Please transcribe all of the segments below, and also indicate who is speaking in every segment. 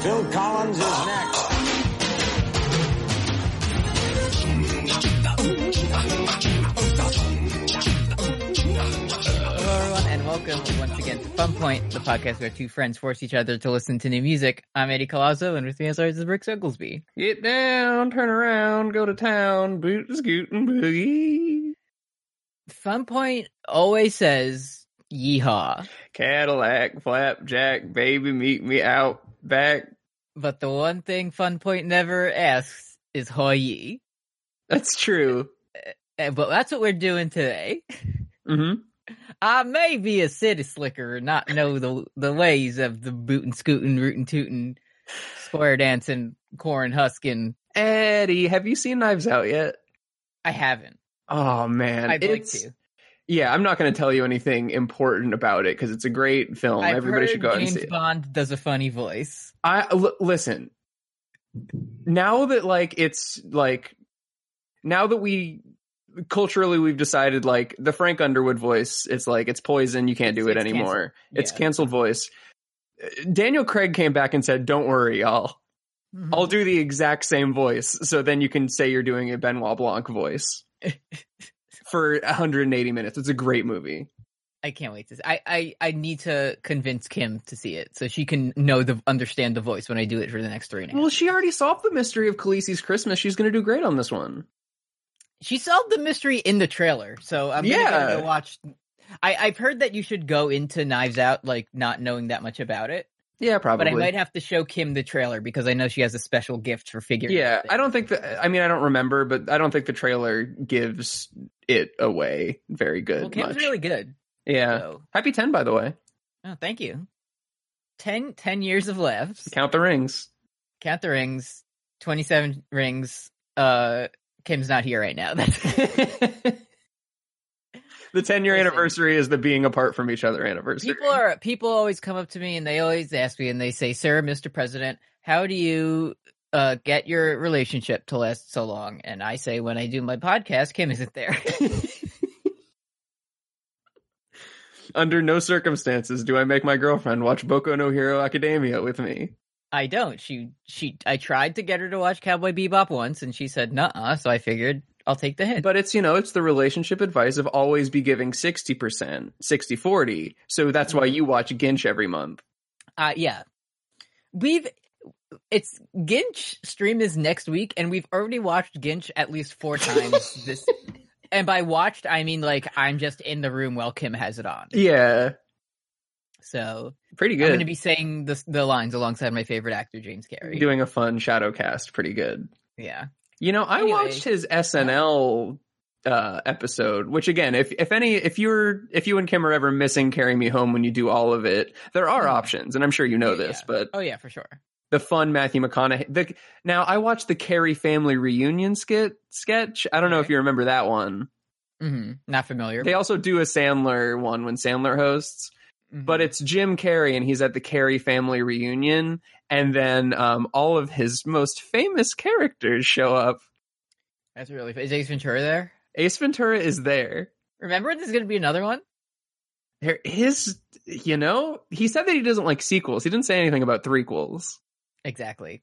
Speaker 1: Phil Collins is next.
Speaker 2: Hello, everyone, and welcome once again to Fun Point, the podcast where two friends force each other to listen to new music. I'm Eddie Colazo, and with me as always is Brooks Oglesby.
Speaker 3: Get down, turn around, go to town, boot, scoot, and boogie.
Speaker 2: Fun Point always says yeehaw,
Speaker 3: Cadillac, flapjack, baby, meet me out back.
Speaker 2: but the one thing Fun Point never asks is hoye.
Speaker 3: That's true.
Speaker 2: Eh, But that's what we're doing today.
Speaker 3: Mm-hmm.
Speaker 2: I may be a city slicker and not know the the ways of the bootin', scootin', rootin', tootin', square dancing, corn huskin'.
Speaker 3: Eddie, have you seen Knives Out yet?
Speaker 2: I haven't.
Speaker 3: Oh man,
Speaker 2: I'd
Speaker 3: it's
Speaker 2: like to.
Speaker 3: yeah. I'm not going to tell you anything important about it because it's a great film.
Speaker 2: I've
Speaker 3: Everybody
Speaker 2: heard
Speaker 3: should go out and
Speaker 2: James
Speaker 3: see it.
Speaker 2: Bond does a funny voice.
Speaker 3: I l- listen. Now that like it's like now that we culturally we've decided like the Frank Underwood voice, it's like it's poison. You can't do it
Speaker 2: It's- it's
Speaker 3: anymore. It's
Speaker 2: Yeah.
Speaker 3: canceled voice. Uh, Daniel Craig came back and said, "Don't worry, y'all.
Speaker 2: Mm-hmm.
Speaker 3: I'll do the exact same voice, so then you can say you're doing a Benoit Blanc voice." For 180 minutes, it's a great movie.
Speaker 2: I can't wait to. See. I, I I need to convince Kim to see it so she can know the understand the voice when I do it for the next three. and a half.
Speaker 3: Well, she already solved the mystery of Khaleesi's Christmas. She's going to do great on this one.
Speaker 2: She solved the mystery in the trailer, so I'm yeah.
Speaker 3: Yeah.
Speaker 2: gonna go watch. I I've heard that you should go into Knives Out like not knowing that much about it,
Speaker 3: Yeah, probably.
Speaker 2: but I might have to show Kim the trailer because I know she has a special gift for figuring.
Speaker 3: yeah
Speaker 2: out
Speaker 3: i
Speaker 2: things.
Speaker 3: don't think that i mean i don't remember but i don't think the trailer gives it away very good
Speaker 2: Well, Kim's
Speaker 3: much
Speaker 2: really good.
Speaker 3: yeah
Speaker 2: So.
Speaker 3: happy 10 by the way
Speaker 2: Oh, thank you. Ten ten years of laughs.
Speaker 3: count the rings
Speaker 2: count the rings 27 rings uh kim's not here right now that's
Speaker 3: the 10 year
Speaker 2: Listen.
Speaker 3: anniversary is the being apart from each other anniversary
Speaker 2: people are people always come up to me and they always ask me and they say sir mr president how do you uh get your relationship to last so long and i say when i do my podcast kim isn't there
Speaker 3: under no circumstances do i make my girlfriend watch boku no hero academia with me
Speaker 2: i don't she she i tried to get her to watch cowboy bebop once and she said nuh-uh so i figured i'll take the hint
Speaker 3: but it's you know it's the relationship advice of always be giving 60% 60 40 so that's why you watch ginch every month
Speaker 2: Uh yeah. We've it's Ginch stream is next week and we've already watched Ginch at least four times this and by watched I mean like I'm just in the room while Kim has it on.
Speaker 3: yeah
Speaker 2: So
Speaker 3: pretty
Speaker 2: I'm
Speaker 3: good
Speaker 2: going to be saying the the lines alongside my favorite actor James Carey.
Speaker 3: doing a fun shadow cast pretty good
Speaker 2: yeah.
Speaker 3: You know, I
Speaker 2: Anyway.
Speaker 3: watched his SNL uh, episode, which again, if if any, if you're if you and Kim are ever missing "Carry Me Home" when you do all of it, there are
Speaker 2: Mhm.
Speaker 3: options, and I'm sure you know
Speaker 2: Yeah,
Speaker 3: this.
Speaker 2: yeah.
Speaker 3: But
Speaker 2: Oh yeah, for sure.
Speaker 3: the fun Matthew McConaughey. The, now, I watched the Carrie family reunion skit sketch. I don't know if
Speaker 2: Okay.
Speaker 3: you remember that one.
Speaker 2: hmm Not familiar.
Speaker 3: They also do a Sandler one when Sandler hosts,
Speaker 2: Mhm.
Speaker 3: but it's Jim Carrey, and he's at the Carrie family reunion, and then um, all of his most famous characters show up.
Speaker 2: that's really is Ace Ventura there?
Speaker 3: Ace Ventura is there.
Speaker 2: Remember there's going to be another one?
Speaker 3: There is, you know, he said that he doesn't like sequels. He didn't say anything about threequels.
Speaker 2: Exactly.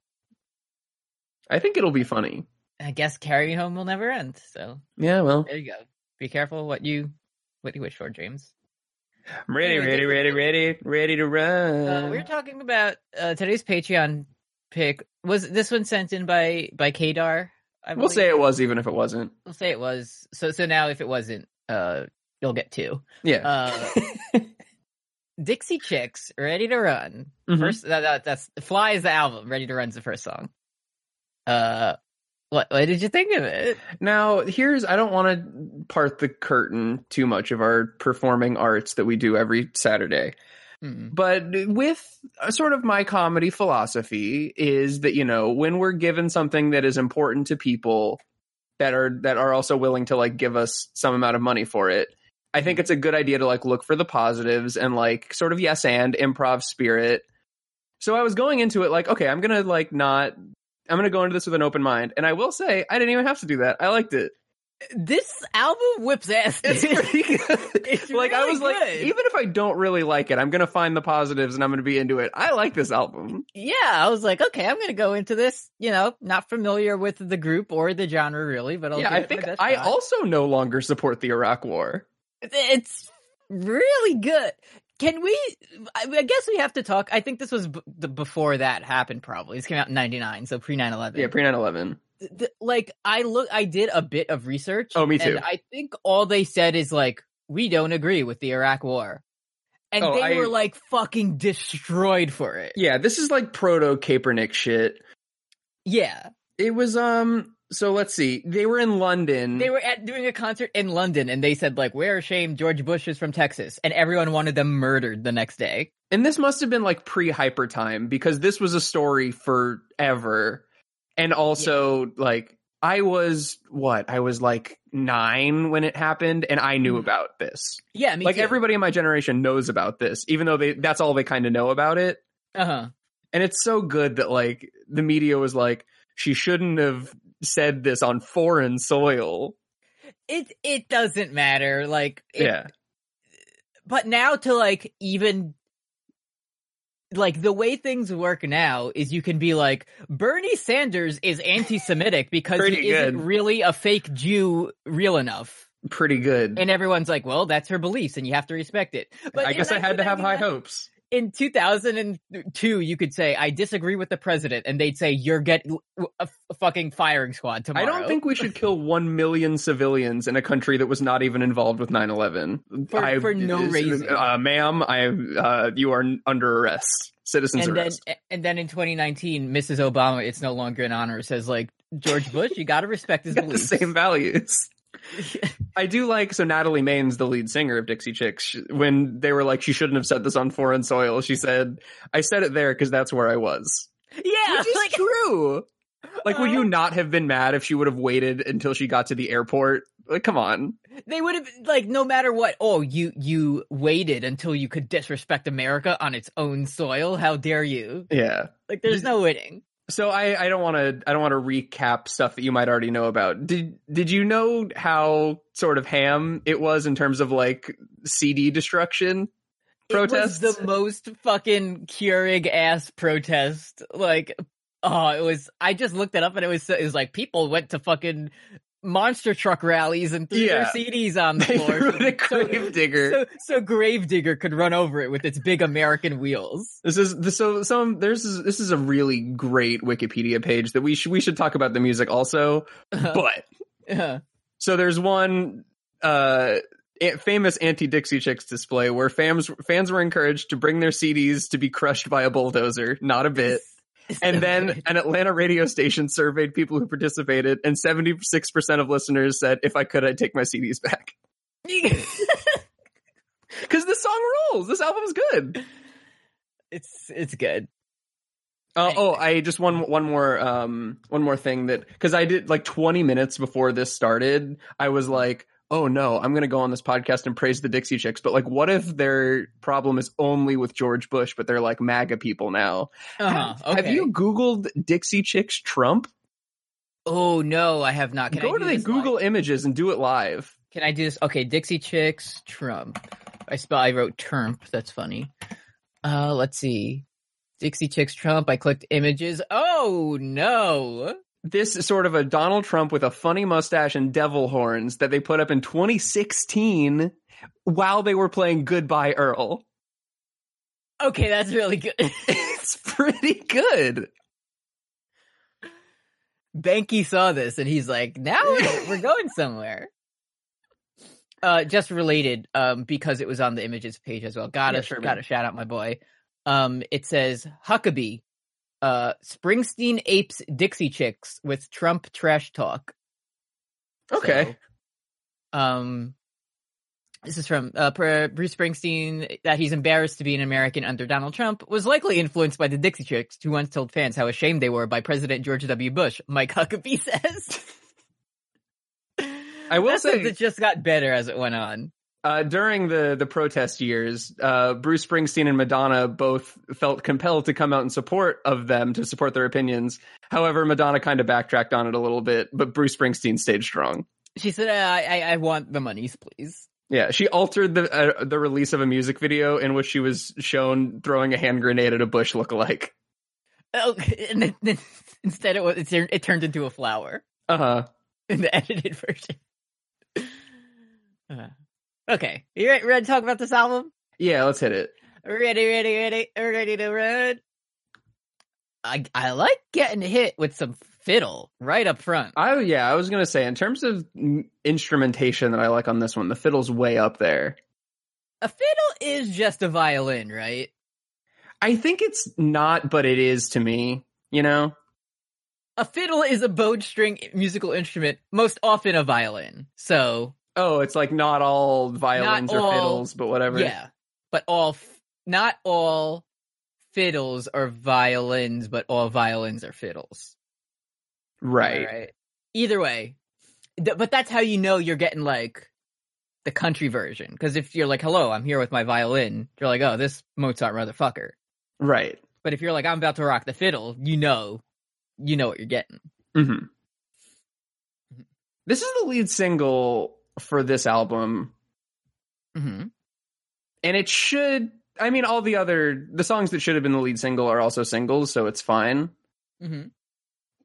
Speaker 3: I think it'll be funny.
Speaker 2: I guess Carry Me Home will never end. So
Speaker 3: Yeah, well,
Speaker 2: there you go. Be careful what you what you wish for, James.
Speaker 3: I'm ready, ready, ready, ready, ready to run.
Speaker 2: Uh, we were talking about uh, today's Patreon pick. Was this one sent in by by Kadar? I
Speaker 3: we'll
Speaker 2: believe?
Speaker 3: say it was, even if it wasn't.
Speaker 2: We'll say it was. So so now, if it wasn't, uh, you'll get two.
Speaker 3: Yeah,
Speaker 2: Uh, Dixie Chicks, ready to run.
Speaker 3: Mhm.
Speaker 2: First, that, that, that's Fly is the album. Ready to run's the first song. Uh, what what did you think of it?
Speaker 3: Now, here's I don't want to part the curtain too much of our performing arts that we do every Saturday.
Speaker 2: Hmm.
Speaker 3: but with uh, sort of my comedy philosophy is that you know when we're given something that is important to people that are that are also willing to like give us some amount of money for it i think it's a good idea to like look for the positives and like sort of yes and improv spirit so i was going into it like okay i'm gonna like not i'm gonna go into this with an open mind and i will say i didn't even have to do that i liked it
Speaker 2: this album whips ass.
Speaker 3: It's
Speaker 2: dude.
Speaker 3: pretty good.
Speaker 2: It's
Speaker 3: like I
Speaker 2: really
Speaker 3: was like,
Speaker 2: good.
Speaker 3: even if I don't really like it, I'm gonna find the positives and I'm gonna be into it. I like this album.
Speaker 2: yeah, I was like, okay, I'm gonna go into this. You know, not familiar with the group or the genre really, but I'll
Speaker 3: yeah,
Speaker 2: give
Speaker 3: I
Speaker 2: it my
Speaker 3: think
Speaker 2: best
Speaker 3: I
Speaker 2: shot.
Speaker 3: also no longer support the Iraq War.
Speaker 2: it's really good. Can we? I I guess we have to talk. I think this was b- the, before that happened. Probably this came out in '99, so pre 9/11.
Speaker 3: Yeah, pre 9/11.
Speaker 2: Th- th- like I look, I did a bit of research.
Speaker 3: Oh, me too.
Speaker 2: And I think all they said is like, we don't agree with the Iraq War, and
Speaker 3: Oh,
Speaker 2: they
Speaker 3: I-
Speaker 2: were like fucking destroyed for it.
Speaker 3: Yeah, this is like proto Kaepernick shit.
Speaker 2: Yeah,
Speaker 3: It was um. So let's see. They were in London.
Speaker 2: they were at doing a concert in London, and they said like, we're ashamed George Bush is from Texas, and everyone wanted them murdered the next day.
Speaker 3: And this must have been like pre hyper time because this was a story forever. And also, like, I was what? I was like nine when it happened, and I knew
Speaker 2: Mhm.
Speaker 3: about this.
Speaker 2: Yeah, me
Speaker 3: like,
Speaker 2: too.
Speaker 3: everybody in my generation knows about this, even though they that's all they kind of know about it.
Speaker 2: uh-huh.
Speaker 3: And it's so good that, like, the media was like, she shouldn't have said this on foreign soil.
Speaker 2: it it doesn't matter like it,
Speaker 3: yeah.
Speaker 2: but now to like even like the way things work now is you can be like bernie sanders is anti-semitic because
Speaker 3: Pretty
Speaker 2: he isn't
Speaker 3: good.
Speaker 2: really a fake jew real enough
Speaker 3: Pretty good.
Speaker 2: and everyone's like well that's her beliefs and you have to respect it but
Speaker 3: I
Speaker 2: in
Speaker 3: guess I had to have high
Speaker 2: 1999
Speaker 3: hopes.
Speaker 2: in 2002 you could say i disagree with the president and they'd say you're get a fucking firing squad tomorrow
Speaker 3: I don't think we should kill one million civilians in a country that was not even involved with 9-11.
Speaker 2: For-
Speaker 3: I-
Speaker 2: for no
Speaker 3: uh,
Speaker 2: reason.
Speaker 3: Uh, ma'am, I, uh, you are n- under arrest. Citizen's
Speaker 2: and then
Speaker 3: arrest.
Speaker 2: and then in 2019 mrs obama it's no longer an honor says like george bush you gotta respect his
Speaker 3: Got the
Speaker 2: beliefs
Speaker 3: same values. I do like, so Natalie Maines, the lead singer of Dixie Chicks, sh- when they were like, she shouldn't have said this on foreign soil, she said, I said it there because that's where I was.
Speaker 2: yeah
Speaker 3: Which is
Speaker 2: like,
Speaker 3: true. Like, would you
Speaker 2: Uh.
Speaker 3: not have been mad if she would have waited until she got to the airport? Like, come on.
Speaker 2: they would have like no matter what oh you you waited until you could disrespect america on its own soil how dare you
Speaker 3: Yeah.
Speaker 2: like there's no winning
Speaker 3: So I, I don't want to I don't want to recap stuff that you might already know about. Did did you know how sort of ham it was in terms of like CD destruction protests?
Speaker 2: it was the most fucking keurig ass protest like oh it was i just looked it up and it was so- it was like people went to fucking monster truck rallies and threw
Speaker 3: Yeah.
Speaker 2: their cds on the
Speaker 3: they
Speaker 2: floor
Speaker 3: threw in a
Speaker 2: So-
Speaker 3: gravedigger.
Speaker 2: so so Gravedigger could run over it with its big American wheels.
Speaker 3: this is this, so some there's this- this is a really great Wikipedia page that we should we should talk about the music also. But
Speaker 2: Yeah.
Speaker 3: so there's one uh a- famous anti-Dixie Chicks display where fans fans were encouraged to bring their CDs to be crushed by a bulldozer. Not a bit. And then an Atlanta radio station surveyed people who participated, and 76% of listeners said, if I could, I'd take my CDs back. Because this song rules. This album's good.
Speaker 2: it's it's good.
Speaker 3: Uh, oh, I just one one more um one more thing that because I did like 20 minutes before this started, I was like, oh no, I'm gonna go on this podcast and praise the Dixie Chicks. But like, what if their problem is only with George Bush, but they're like MAGA people now?
Speaker 2: Uh-huh.
Speaker 3: Have- Have
Speaker 2: okay.
Speaker 3: you Googled Dixie Chicks Trump?
Speaker 2: Oh no, I have not. Can I
Speaker 3: go
Speaker 2: do
Speaker 3: to the
Speaker 2: this
Speaker 3: Google
Speaker 2: live?
Speaker 3: images and do it live.
Speaker 2: Can I do this? Okay, Dixie Chicks Trump. I spell. I wrote Trump. That's funny. Uh, let's see. Dixie Chicks Trump. I clicked images. Oh no.
Speaker 3: this is sort of a Donald Trump with a funny mustache and devil horns that they put up in 2016 while they were playing Goodbye Earl.
Speaker 2: Okay, that's really good.
Speaker 3: It's pretty good.
Speaker 2: Banky saw this and he's like, now we're, we're going somewhere. Uh, just related, um, because it was on the images page as well. Gotta,
Speaker 3: Yeah, sure, man.
Speaker 2: gotta shout out my boy. Um, it says Huckabee, uh, Springsteen apes Dixie chicks with Trump trash talk.
Speaker 3: Okay.
Speaker 2: So, um, this is from uh, per- Bruce Springsteen that he's embarrassed to be an American under Donald Trump was likely influenced by the Dixie Chicks, who once told fans how ashamed they were by President George W. Bush. Mike Huckabee says.
Speaker 3: I will
Speaker 2: That's something
Speaker 3: say-
Speaker 2: that just got better as it went on.
Speaker 3: Uh, during the, the protest years, uh, Bruce Springsteen and Madonna both felt compelled to come out in support of them to support their opinions. However, Madonna kind of backtracked on it a little bit, but Bruce Springsteen stayed strong.
Speaker 2: She said, uh, I, I- "I want the monies, please."
Speaker 3: Yeah, she altered the uh, the release of a music video in which she was shown throwing a hand grenade at a bush lookalike.
Speaker 2: Oh, and then, then instead it was it turned, it turned into a flower
Speaker 3: Uh huh.
Speaker 2: in the edited version. Uh, okay, you re- ready to talk about this album?
Speaker 3: Yeah, let's hit it.
Speaker 2: Ready, ready, ready, ready to run. I I like getting hit with some fiddle right up front.
Speaker 3: I yeah, I was gonna say in terms of mm, instrumentation that I like on this one, the fiddle's way up there.
Speaker 2: A fiddle is just a violin, right?
Speaker 3: I think it's not, but it is to me. You know,
Speaker 2: A fiddle is a bowed string musical instrument, most often a violin. So
Speaker 3: oh, it's like not all violins
Speaker 2: all-
Speaker 3: or fiddles, but whatever.
Speaker 2: yeah, but all f- not all fiddles are violins, but all violins are fiddles.
Speaker 3: right.
Speaker 2: All right. Either way, th- but that's how you know you're getting like the country version. Because if you're like, "Hello, I'm here with my violin," you're like, "Oh, this Mozart motherfucker."
Speaker 3: right.
Speaker 2: But if you're like, "I'm about to rock the fiddle," you know, you know what you're getting.
Speaker 3: hmm This is the lead single for this album,
Speaker 2: Mm-hmm.
Speaker 3: and it should. I mean, all the other the songs that should have been the lead single are also singles, so it's fine.
Speaker 2: Mm-hmm.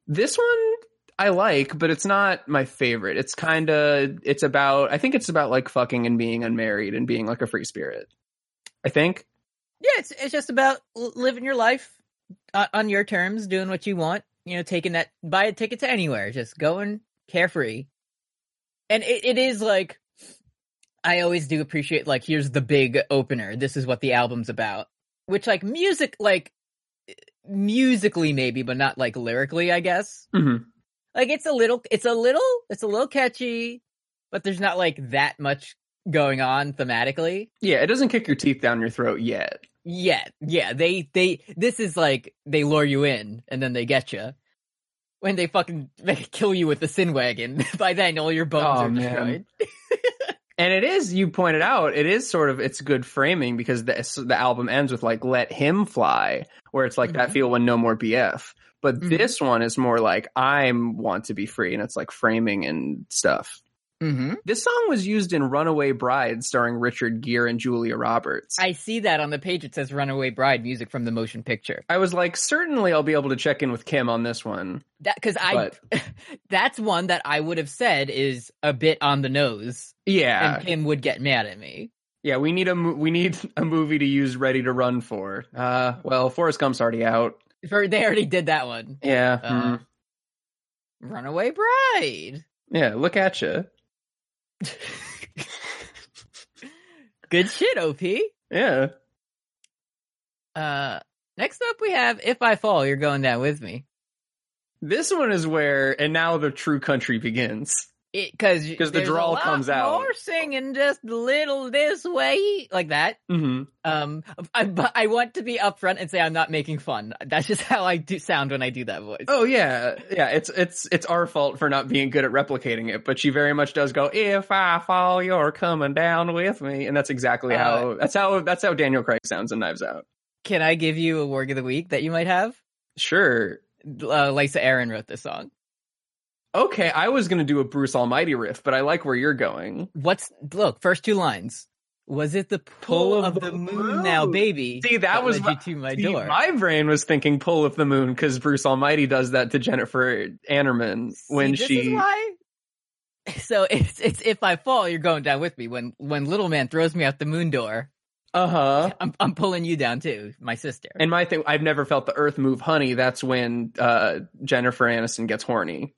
Speaker 3: this one I like, but it's not my favorite. It's kind of it's about I think it's about like fucking and being unmarried and being like a free spirit. I think.
Speaker 2: Yeah, it's it's just about l- living your life uh, on your terms, doing what you want. You know, taking that buy a ticket to anywhere, just going carefree. And it, it is like I always do appreciate like here's the big opener. This is what the album's about. Which like music like musically maybe, but not like lyrically, I guess.
Speaker 3: Mhm.
Speaker 2: Like it's a little it's a little it's a little catchy, but there's not like that much going on thematically.
Speaker 3: Yeah, it doesn't kick your teeth down your throat yet.
Speaker 2: Yeah, yeah. They they this is like they lure you in and then they get you. When they fucking they kill you with the sin wagon, by then all your bones
Speaker 3: Oh,
Speaker 2: are
Speaker 3: man.
Speaker 2: destroyed.
Speaker 3: And it is you pointed out it is sort of it's good framing because the the album ends with like let him fly where it's like that
Speaker 2: Mhm.
Speaker 3: feel when no more BF. But
Speaker 2: Mhm.
Speaker 3: this one is more like I'm want to be free and it's like framing and stuff.
Speaker 2: Mm-hmm.
Speaker 3: This song was used in Runaway Bride starring Richard Gere and Julia Roberts.
Speaker 2: I see that on the page. It says "Runaway Bride" music from the motion picture.
Speaker 3: I was like, certainly I'll be able to check in with Kim on this one.
Speaker 2: That because I, that's one that I would have said is a bit on the nose,
Speaker 3: Yeah,
Speaker 2: and Kim would get mad at me.
Speaker 3: yeah, we need a mo- we need a movie to use Ready to Run for. Uh, well, Forrest Gump's already out.
Speaker 2: For they already did that one.
Speaker 3: Yeah,
Speaker 2: Uh,
Speaker 3: hmm.
Speaker 2: Runaway Bride.
Speaker 3: yeah. Look at you.
Speaker 2: Good shit, OP.
Speaker 3: Yeah,
Speaker 2: Uh, next up we have "If I Fall, You're Going Down with Me,"
Speaker 3: this one is where and now the true country begins.
Speaker 2: because
Speaker 3: 'Cause the drawl comes out.
Speaker 2: More singing just a little this way, like that.
Speaker 3: hmm
Speaker 2: Um, I, but I want to be upfront and say I'm not making fun. That's just how I do sound when I do that voice.
Speaker 3: Oh yeah, yeah. It's it's it's our fault for not being good at replicating it, but she very much does go. If I fall, you're coming down with me, and that's exactly
Speaker 2: Uh,
Speaker 3: how that's how that's how Daniel Craig sounds in Knives Out.
Speaker 2: Can I give you a word of the week that you might have?
Speaker 3: Sure,
Speaker 2: Uh, Lisa Aaron wrote this song.
Speaker 3: Okay, I was gonna do a Bruce Almighty riff, but I like where you're going.
Speaker 2: What's look first two lines? Was it the pull, of, the, moon, now, baby?
Speaker 3: See, that was
Speaker 2: led
Speaker 3: my-
Speaker 2: you to my
Speaker 3: See,
Speaker 2: door.
Speaker 3: my brain was thinking "Pull of the Moon" because Bruce Almighty does that to Jennifer Anerman when
Speaker 2: See, this
Speaker 3: she.
Speaker 2: is why. So it's it's if I fall, you're going down with me. When when little man throws me out the moon door,
Speaker 3: Uh huh.
Speaker 2: I'm I'm pulling you down too, my sister.
Speaker 3: And my thing, I've never felt the Earth move, honey. That's when uh, Jennifer Aniston gets horny,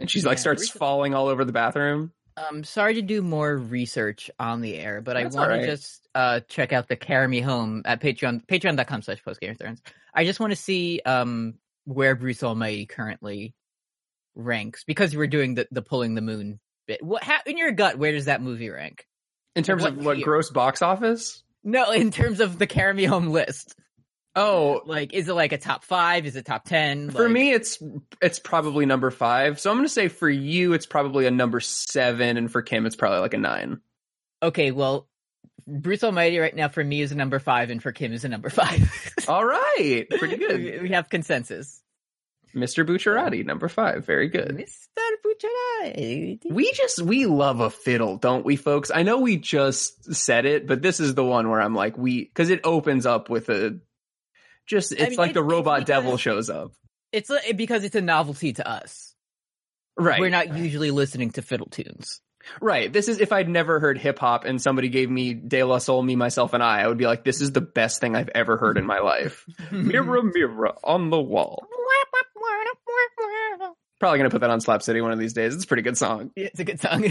Speaker 3: and she's like
Speaker 2: Yeah,
Speaker 3: starts
Speaker 2: Bruce-
Speaker 3: falling all over the bathroom.
Speaker 2: I'm Um, sorry to do more research on the air, but
Speaker 3: That's
Speaker 2: I want
Speaker 3: all right.
Speaker 2: to just uh check out the Carry Me Home at Patreon patreon.com slash post game of thrones. I just want to see um where Bruce Almighty currently ranks because you were doing the the pulling the moon bit. What how, in your gut? Where does that movie rank?
Speaker 3: In terms
Speaker 2: What
Speaker 3: of what
Speaker 2: year?
Speaker 3: gross box office?
Speaker 2: No, in terms of the Carry Me Home list.
Speaker 3: Oh,
Speaker 2: Like, is it like a top five? Is it top ten?
Speaker 3: for
Speaker 2: Like-
Speaker 3: me, it's it's probably number five. So I'm gonna say for you, it's probably a number seven, and for Kim, it's probably like a nine.
Speaker 2: okay. Well, Bruce Almighty right now for me is a number five, and for Kim is a number five.
Speaker 3: All right, pretty good.
Speaker 2: we have consensus.
Speaker 3: Mr. Bucciarati, number five. Very good.
Speaker 2: Mr. Bucciarati.
Speaker 3: We just we love a fiddle, don't we, folks? I know we just said it, but this is the one where I'm like, we because it opens up with a just it's
Speaker 2: mean,
Speaker 3: like
Speaker 2: it-
Speaker 3: the
Speaker 2: it's
Speaker 3: robot devil
Speaker 2: because-
Speaker 3: shows up,
Speaker 2: It's a, because it's a novelty to us.
Speaker 3: right?
Speaker 2: We're not usually listening to fiddle tunes.
Speaker 3: right. This is if I'd never heard hip hop and somebody gave me De La Soul, me, myself, and I, I would be like, this is the best thing I've ever heard in my life. mirror, mirror on the wall. Probably gonna put that on Slap City one of these days. It's a pretty good song.
Speaker 2: it's a good song.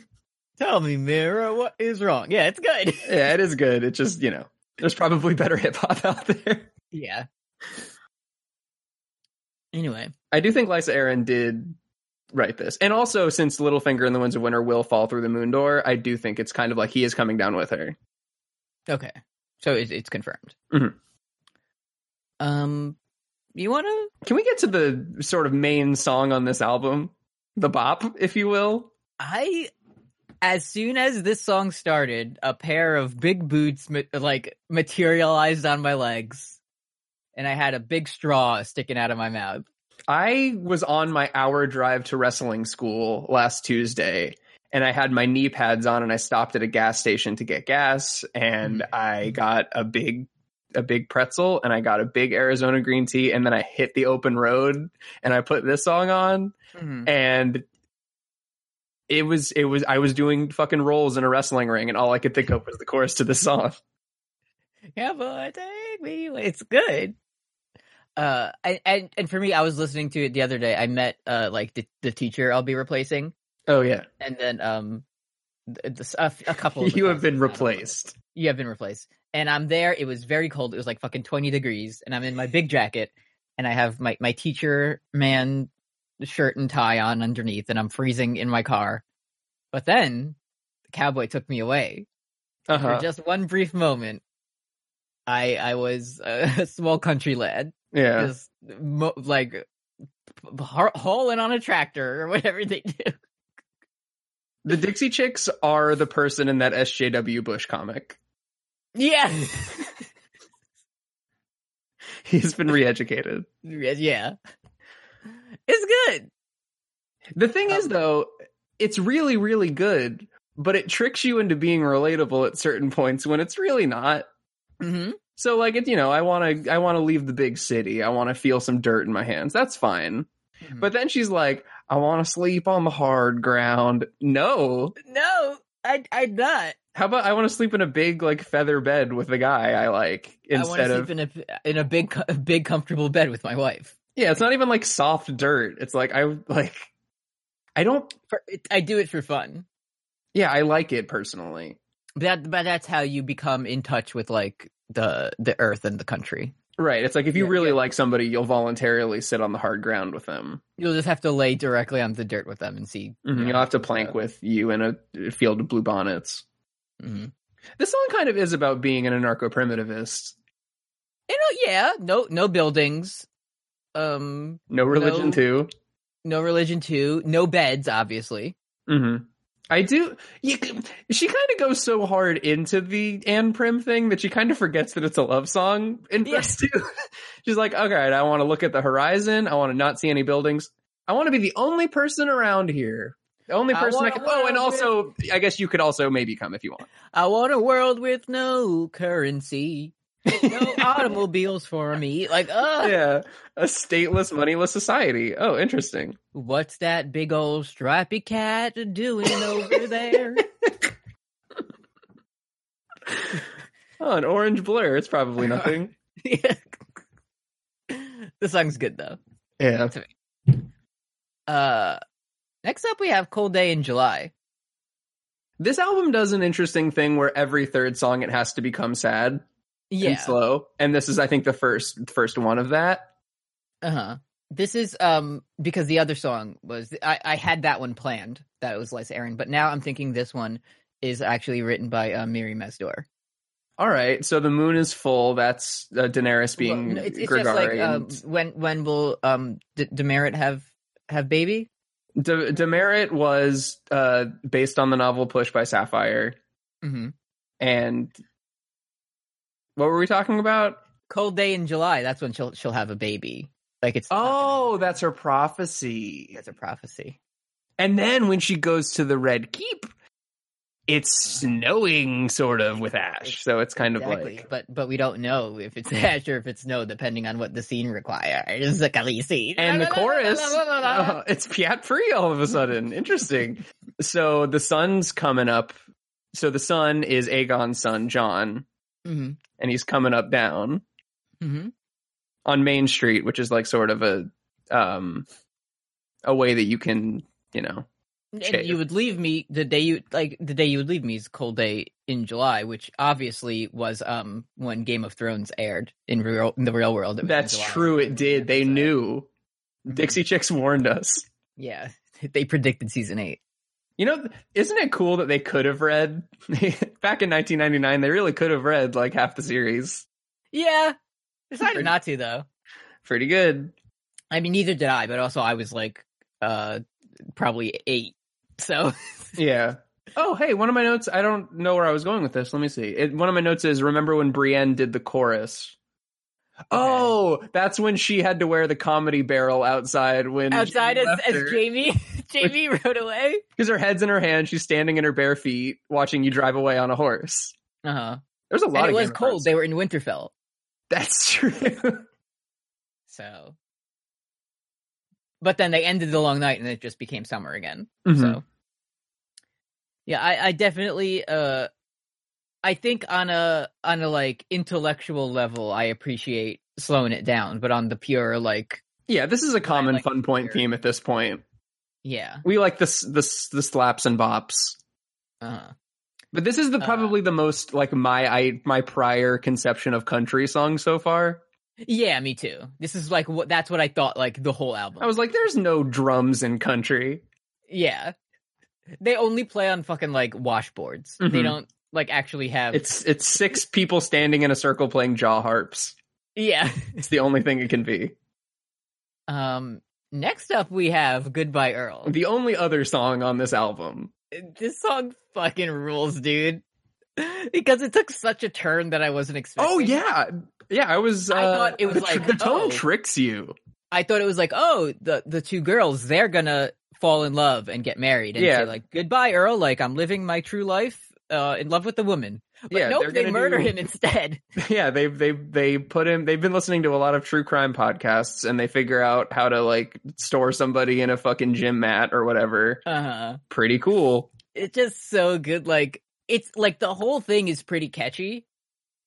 Speaker 2: Tell me, Mira, what is wrong? Yeah, it's good.
Speaker 3: Yeah, it is good. It just you know, there's probably better hip hop out there.
Speaker 2: Yeah. Anyway,
Speaker 3: I do think Lysa Aaron did write this. And also, since Littlefinger and the Winds of Winter will fall through the moon door, I do think it's kind of like he is coming down with her.
Speaker 2: okay. So it, it's confirmed.
Speaker 3: Mhm.
Speaker 2: Um, you want to?
Speaker 3: Can we get to the sort of main song on this album? The bop, if you will.
Speaker 2: I, as soon as this song started, a pair of big boots ma- like materialized on my legs, and I had a big straw sticking out of my mouth.
Speaker 3: I was on my hour drive to wrestling school last Tuesday and I had my knee pads on and I stopped at a gas station to get gas and I got a big a big pretzel and I got a big Arizona green tea and then I hit the open road and I put this song on and it was it was I was doing fucking rolls in a wrestling ring, and all I could think of was the chorus to this song.
Speaker 2: Yeah, boy, take me. away. It's good. Uh, and, and and for me, I was listening to it the other day. I met uh like the the teacher I'll be replacing,
Speaker 3: Oh yeah,
Speaker 2: and then um, th- th- a, f- a couple. of the
Speaker 3: you have
Speaker 2: classes. I
Speaker 3: been
Speaker 2: don't know.
Speaker 3: replaced.
Speaker 2: You have been replaced. And I'm there. It was very cold. It was like fucking twenty degrees, and I'm in my big jacket, and I have my my teacher man shirt and tie on underneath, and I'm freezing in my car. But then the cowboy took me away,
Speaker 3: Uh
Speaker 2: for
Speaker 3: huh.
Speaker 2: just one brief moment, I I was a small country lad,
Speaker 3: Yeah,
Speaker 2: just mo- like p- p- har- hauling on a tractor or whatever they do.
Speaker 3: the Dixie Chicks are the person in that SJW Bush comic.
Speaker 2: Yeah,
Speaker 3: He's been reeducated.
Speaker 2: yeah, it's good.
Speaker 3: The thing is,
Speaker 2: Um,
Speaker 3: though, it's really really good, but it tricks you into being relatable at certain points when it's really not.
Speaker 2: hmm
Speaker 3: So like it, you know, I want to I want to leave the big city. I want to feel some dirt in my hands. That's fine.
Speaker 2: Mhm.
Speaker 3: But then she's like, I want to sleep on the hard ground. No.
Speaker 2: No, I I not.
Speaker 3: How about I want to sleep in a big like feather bed with the guy I like instead
Speaker 2: I
Speaker 3: of
Speaker 2: want to sleep in a in a big co- big comfortable bed with my wife.
Speaker 3: Yeah, it's not even like soft dirt. It's like I like I don't
Speaker 2: For, I do it for fun.
Speaker 3: yeah, I like it personally.
Speaker 2: That but that's how you become in touch with like the the earth and the country.
Speaker 3: Right. It's like if you
Speaker 2: Yeah,
Speaker 3: really
Speaker 2: yeah.
Speaker 3: like somebody, you'll voluntarily sit on the hard ground with them. Mm-hmm.
Speaker 2: You'll just have to lay directly on the dirt with them and see.
Speaker 3: You'll have to plank with you in a field of blue bonnets.
Speaker 2: hmm
Speaker 3: This song kind of is about being an anarcho primitivist.
Speaker 2: You know, yeah, no, no buildings, um,
Speaker 3: No religion
Speaker 2: No.
Speaker 3: too.
Speaker 2: no religion too, no beds, obviously.
Speaker 3: hmm I do. You, she kind of goes so hard into the Anne Prim thing that she kind of forgets that it's a love song in verse two. She's like, "Okay, I want to look at the horizon. I want to not see any buildings. I want to be the only person around here. The only
Speaker 2: I
Speaker 3: person I,
Speaker 2: want
Speaker 3: can."
Speaker 2: a
Speaker 3: Oh, and
Speaker 2: world
Speaker 3: also, I guess you could also maybe come if you want.
Speaker 2: I want a world with no currency, no automobiles for me. Like, uh,
Speaker 3: yeah, a stateless, moneyless society. Oh, interesting.
Speaker 2: what's that big old stripy cat doing over there?
Speaker 3: Oh, an orange blur. It's probably nothing.
Speaker 2: yeah. The song's good though.
Speaker 3: yeah.
Speaker 2: Uh, next up we have Cold Day in July.
Speaker 3: This album does an interesting thing where every third song it has to become sad. and
Speaker 2: Yeah,
Speaker 3: slow. And this is, I think, the first first one of that.
Speaker 2: Uh huh. This is um because the other song was I I had that one planned that it was Les Aaron, but now I'm thinking this one is actually written by uh, Miri Mesdor.
Speaker 3: All right, so the moon is full. That's uh, Daenerys being
Speaker 2: Well, no, it's, it's just like
Speaker 3: Gregarian.
Speaker 2: um, when when will um D- Demerit have have baby?
Speaker 3: De- Demerit was uh, based on the novel Push by Sapphire.
Speaker 2: Mm-hmm.
Speaker 3: And what were we talking about?
Speaker 2: Cold day in July. That's when she'll she'll have a baby. Like it's not gonna
Speaker 3: Oh,
Speaker 2: happen.
Speaker 3: that's her prophecy.
Speaker 2: that's a prophecy.
Speaker 3: And then when she goes to the Red Keep, it's snowing sort of with ash. So it's kind
Speaker 2: Exactly.
Speaker 3: of like.
Speaker 2: But but we don't know if it's ash or if it's snow, depending on what the scene requires. The Kali scene.
Speaker 3: And the chorus, uh, it's Piat Free all of a sudden. Interesting. So the sun's coming up. So the sun is Aegon's son, John,
Speaker 2: hmm
Speaker 3: and he's coming up down
Speaker 2: hmm
Speaker 3: on Main Street, which is like sort of a um a way that you can, you know,
Speaker 2: And you would leave me the day you like the day you would leave me is cold day in July, which obviously was um when Game of Thrones aired in real in the real world. It was in
Speaker 3: That's
Speaker 2: July.
Speaker 3: true. It did. They
Speaker 2: So,
Speaker 3: knew.
Speaker 2: Mhm.
Speaker 3: Dixie Chicks warned us.
Speaker 2: Yeah, they predicted season eight.
Speaker 3: You know, isn't it cool that they could have read back in 1999? They really could have read like half the series.
Speaker 2: Yeah, decided not to though.
Speaker 3: Pretty good.
Speaker 2: I mean, neither did I, but also I was like, uh, probably eight. So
Speaker 3: Yeah. Oh, hey, one of my notes. I don't know where I was going with this. Let me see. It, one of my notes is remember when Brienne did the chorus. Oh, that's when she had to wear the comedy barrel outside when
Speaker 2: outside as, as Jamie, Jamie rode away.
Speaker 3: because her head's in her hand, she's standing in her bare feet, watching you drive away on a horse.
Speaker 2: Uh huh.
Speaker 3: There's Uh-huh. a lot.
Speaker 2: And it
Speaker 3: of
Speaker 2: was
Speaker 3: Game of
Speaker 2: cold.
Speaker 3: Thrones.
Speaker 2: They were in Winterfell,
Speaker 3: That's true.
Speaker 2: so. But then they ended the long night, and it just became summer again.
Speaker 3: Mm-hmm.
Speaker 2: So, yeah, I, I definitely, uh, I think on a on a like intellectual level, I appreciate slowing it down. But on the pure like,
Speaker 3: Yeah, this is a common
Speaker 2: like
Speaker 3: fun point
Speaker 2: here.
Speaker 3: theme at this point.
Speaker 2: yeah,
Speaker 3: We like this this the slaps and bops.
Speaker 2: uh,
Speaker 3: But this is the
Speaker 2: Uh.
Speaker 3: probably the most like my I my prior conception of country song so far.
Speaker 2: yeah, me too. This is like what that's what I thought like the whole album.
Speaker 3: I was like, there's no drums in country.
Speaker 2: Yeah. They only play on fucking like washboards. They
Speaker 3: Mhm.
Speaker 2: don't like actually have
Speaker 3: It's it's six people standing in a circle playing jaw harps.
Speaker 2: Yeah.
Speaker 3: It's the only thing it can be.
Speaker 2: Um next up we have Goodbye Earl.
Speaker 3: The only other song on this album.
Speaker 2: This song fucking rules, dude. Because it took such a turn that I wasn't expecting.
Speaker 3: Oh yeah. Yeah, I was
Speaker 2: I
Speaker 3: uh,
Speaker 2: thought it was
Speaker 3: the, tr-
Speaker 2: like,
Speaker 3: the tone
Speaker 2: oh.
Speaker 3: tricks you.
Speaker 2: I thought it was like, oh, the the two girls, they're gonna fall in love and get married and
Speaker 3: Yeah.
Speaker 2: say like goodbye, Earl, like I'm living my true life, uh in love with the woman. But
Speaker 3: yeah,
Speaker 2: nope,
Speaker 3: they're
Speaker 2: they
Speaker 3: gonna
Speaker 2: murder
Speaker 3: do-
Speaker 2: him instead.
Speaker 3: yeah they've they've they put him they've been listening to a lot of true crime podcasts and they figure out how to like store somebody in a fucking gym mat or whatever
Speaker 2: Uh-huh.
Speaker 3: pretty cool
Speaker 2: it's just so good like it's like the whole thing is pretty catchy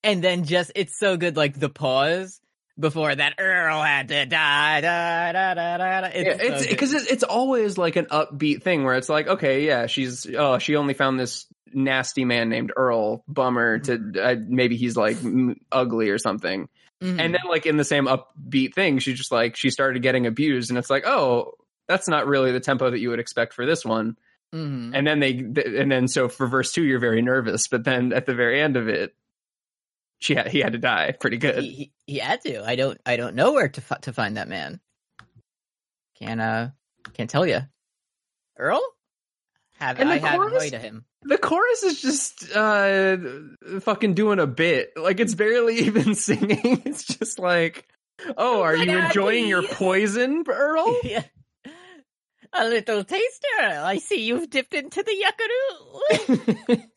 Speaker 2: and then just it's so good like the pause before that earl had to die da, da, da, da, da.
Speaker 3: Yeah,
Speaker 2: it's
Speaker 3: it's
Speaker 2: so good.
Speaker 3: because it's, it's always like an upbeat thing where it's like okay yeah she's oh she only found this nasty man named earl bummer to
Speaker 2: Mm-hmm.
Speaker 3: uh, maybe he's like m- ugly or something
Speaker 2: Mhm.
Speaker 3: and then like in the same upbeat thing she just like she started getting abused and it's like oh that's not really the tempo that you would expect for this one
Speaker 2: Mhm.
Speaker 3: and then they th- and then so for verse two you're very nervous but then at the very end of it she had, he had to die pretty good
Speaker 2: he, he, he had to i don't i don't know where to, fi- to find that man can uh can't tell you earl have
Speaker 3: And the
Speaker 2: i had
Speaker 3: chorus-
Speaker 2: way to him
Speaker 3: the chorus is just uh fucking doing a bit like it's barely even singing it's just like oh are you
Speaker 2: But, uh,
Speaker 3: enjoying your
Speaker 2: please."
Speaker 3: poison earl
Speaker 2: yeah. a little taster i see you've dipped into the yuckaroo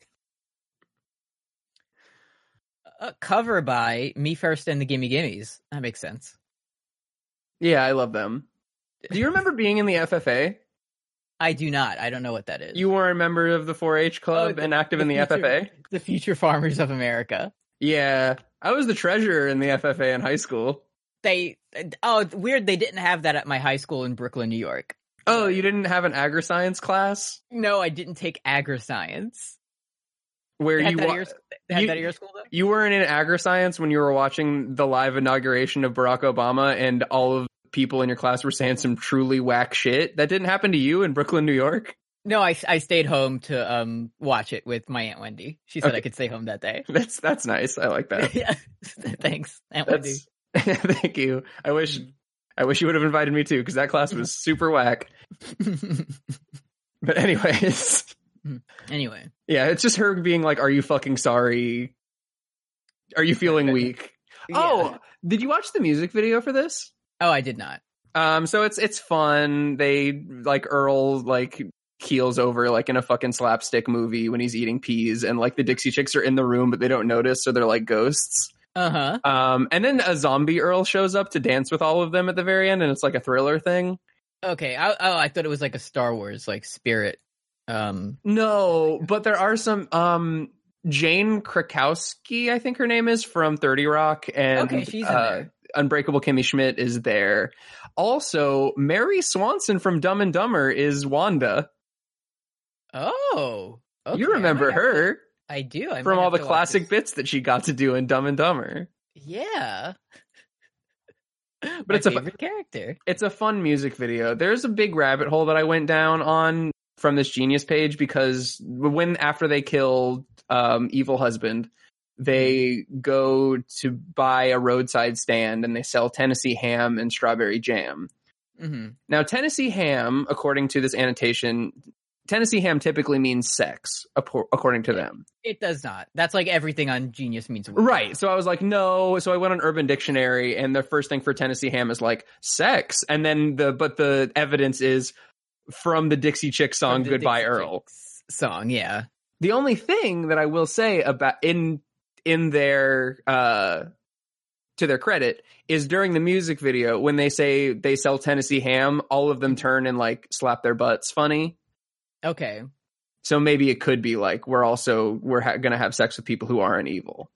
Speaker 2: a cover by Me First and the Gimme Gimmies. That makes sense.
Speaker 3: yeah i love them do you remember being in the ffa
Speaker 2: I do not. I don't know what that is.
Speaker 3: you were a member of the 4-h club
Speaker 2: Oh, the-
Speaker 3: and active in the
Speaker 2: the future-
Speaker 3: ffa
Speaker 2: the future farmers of America.
Speaker 3: yeah i was the treasurer in the ffa in high school
Speaker 2: They oh weird. They didn't have that at my high school in Brooklyn, New York.
Speaker 3: Oh, you didn't have an agri science class
Speaker 2: No, I didn't take agri science.
Speaker 3: where
Speaker 2: They had
Speaker 3: you
Speaker 2: that at
Speaker 3: wa-
Speaker 2: your- they had
Speaker 3: you-
Speaker 2: that at your school though.
Speaker 3: you weren't in agri science when you were watching the live inauguration of Barack Obama, and all of the people in your class were saying some truly whack shit. That didn't happen to you in Brooklyn, New York.
Speaker 2: No, I, I stayed home to um watch it with my aunt Wendy. She said I
Speaker 3: Okay.
Speaker 2: could stay home that day.
Speaker 3: That's that's nice. I like that.
Speaker 2: yeah, thanks, Aunt Wendy.
Speaker 3: That's thank you. I wish I wish you would have invited me too because that class was super whack. But anyways,
Speaker 2: anyway,
Speaker 3: yeah, it's just her being like, "Are you fucking sorry? Are you feeling weak?"
Speaker 2: Yeah.
Speaker 3: Oh, did you watch the music video for this?
Speaker 2: Oh, I did not.
Speaker 3: Um, so it's it's fun. They like Earl like keels over like in a fucking slapstick movie when he's eating peas, and like the Dixie Chicks are in the room but they don't notice, so they're like ghosts.
Speaker 2: Uh huh.
Speaker 3: Um, and then a zombie Earl shows up to dance with all of them at the very end, and it's like a thriller thing.
Speaker 2: Okay. I, oh, I thought it was like a Star Wars like spirit. Um.
Speaker 3: No, but there are some um Jane Krakowski, I think her name is from Thirty Rock, and
Speaker 2: okay, she's in
Speaker 3: uh,
Speaker 2: there.
Speaker 3: Unbreakable Kimmy Schmidt is there. Also, Mary Swanson from Dumb and Dumber is Wanda.
Speaker 2: Oh. okay, I
Speaker 3: you remember
Speaker 2: might have-
Speaker 3: her
Speaker 2: I do. I
Speaker 3: from
Speaker 2: might have
Speaker 3: all the
Speaker 2: to watch
Speaker 3: classic
Speaker 2: this.
Speaker 3: bits that she got to do in Dumb and Dumber.
Speaker 2: Yeah. But
Speaker 3: it's a fu-
Speaker 2: favorite character.
Speaker 3: It's a fun music video. There's a big rabbit hole that I went down on from this genius page because when after they killed um, evil husband, they go to buy a roadside stand and they sell Tennessee ham and strawberry jam.
Speaker 2: hmm
Speaker 3: Now, Tennessee ham, according to this annotation, Tennessee ham typically means sex, apo- according to them.
Speaker 2: It does not. That's like everything on Genius means World.
Speaker 3: Right. So I was like, no. So I went on Urban Dictionary, and the first thing for Tennessee ham is like sex, and then the but the evidence is from the Dixie Chick
Speaker 2: From
Speaker 3: song
Speaker 2: the
Speaker 3: "Goodbye
Speaker 2: Dixie
Speaker 3: Earl."
Speaker 2: Chicks song. Yeah.
Speaker 3: The only thing that I will say about in in their uh to their credit is during the music video when they say they sell Tennessee ham, all of them turn and like slap their butts. Funny.
Speaker 2: Okay.
Speaker 3: So maybe it could be like we're also we're ha- going to have sex with people who aren't evil,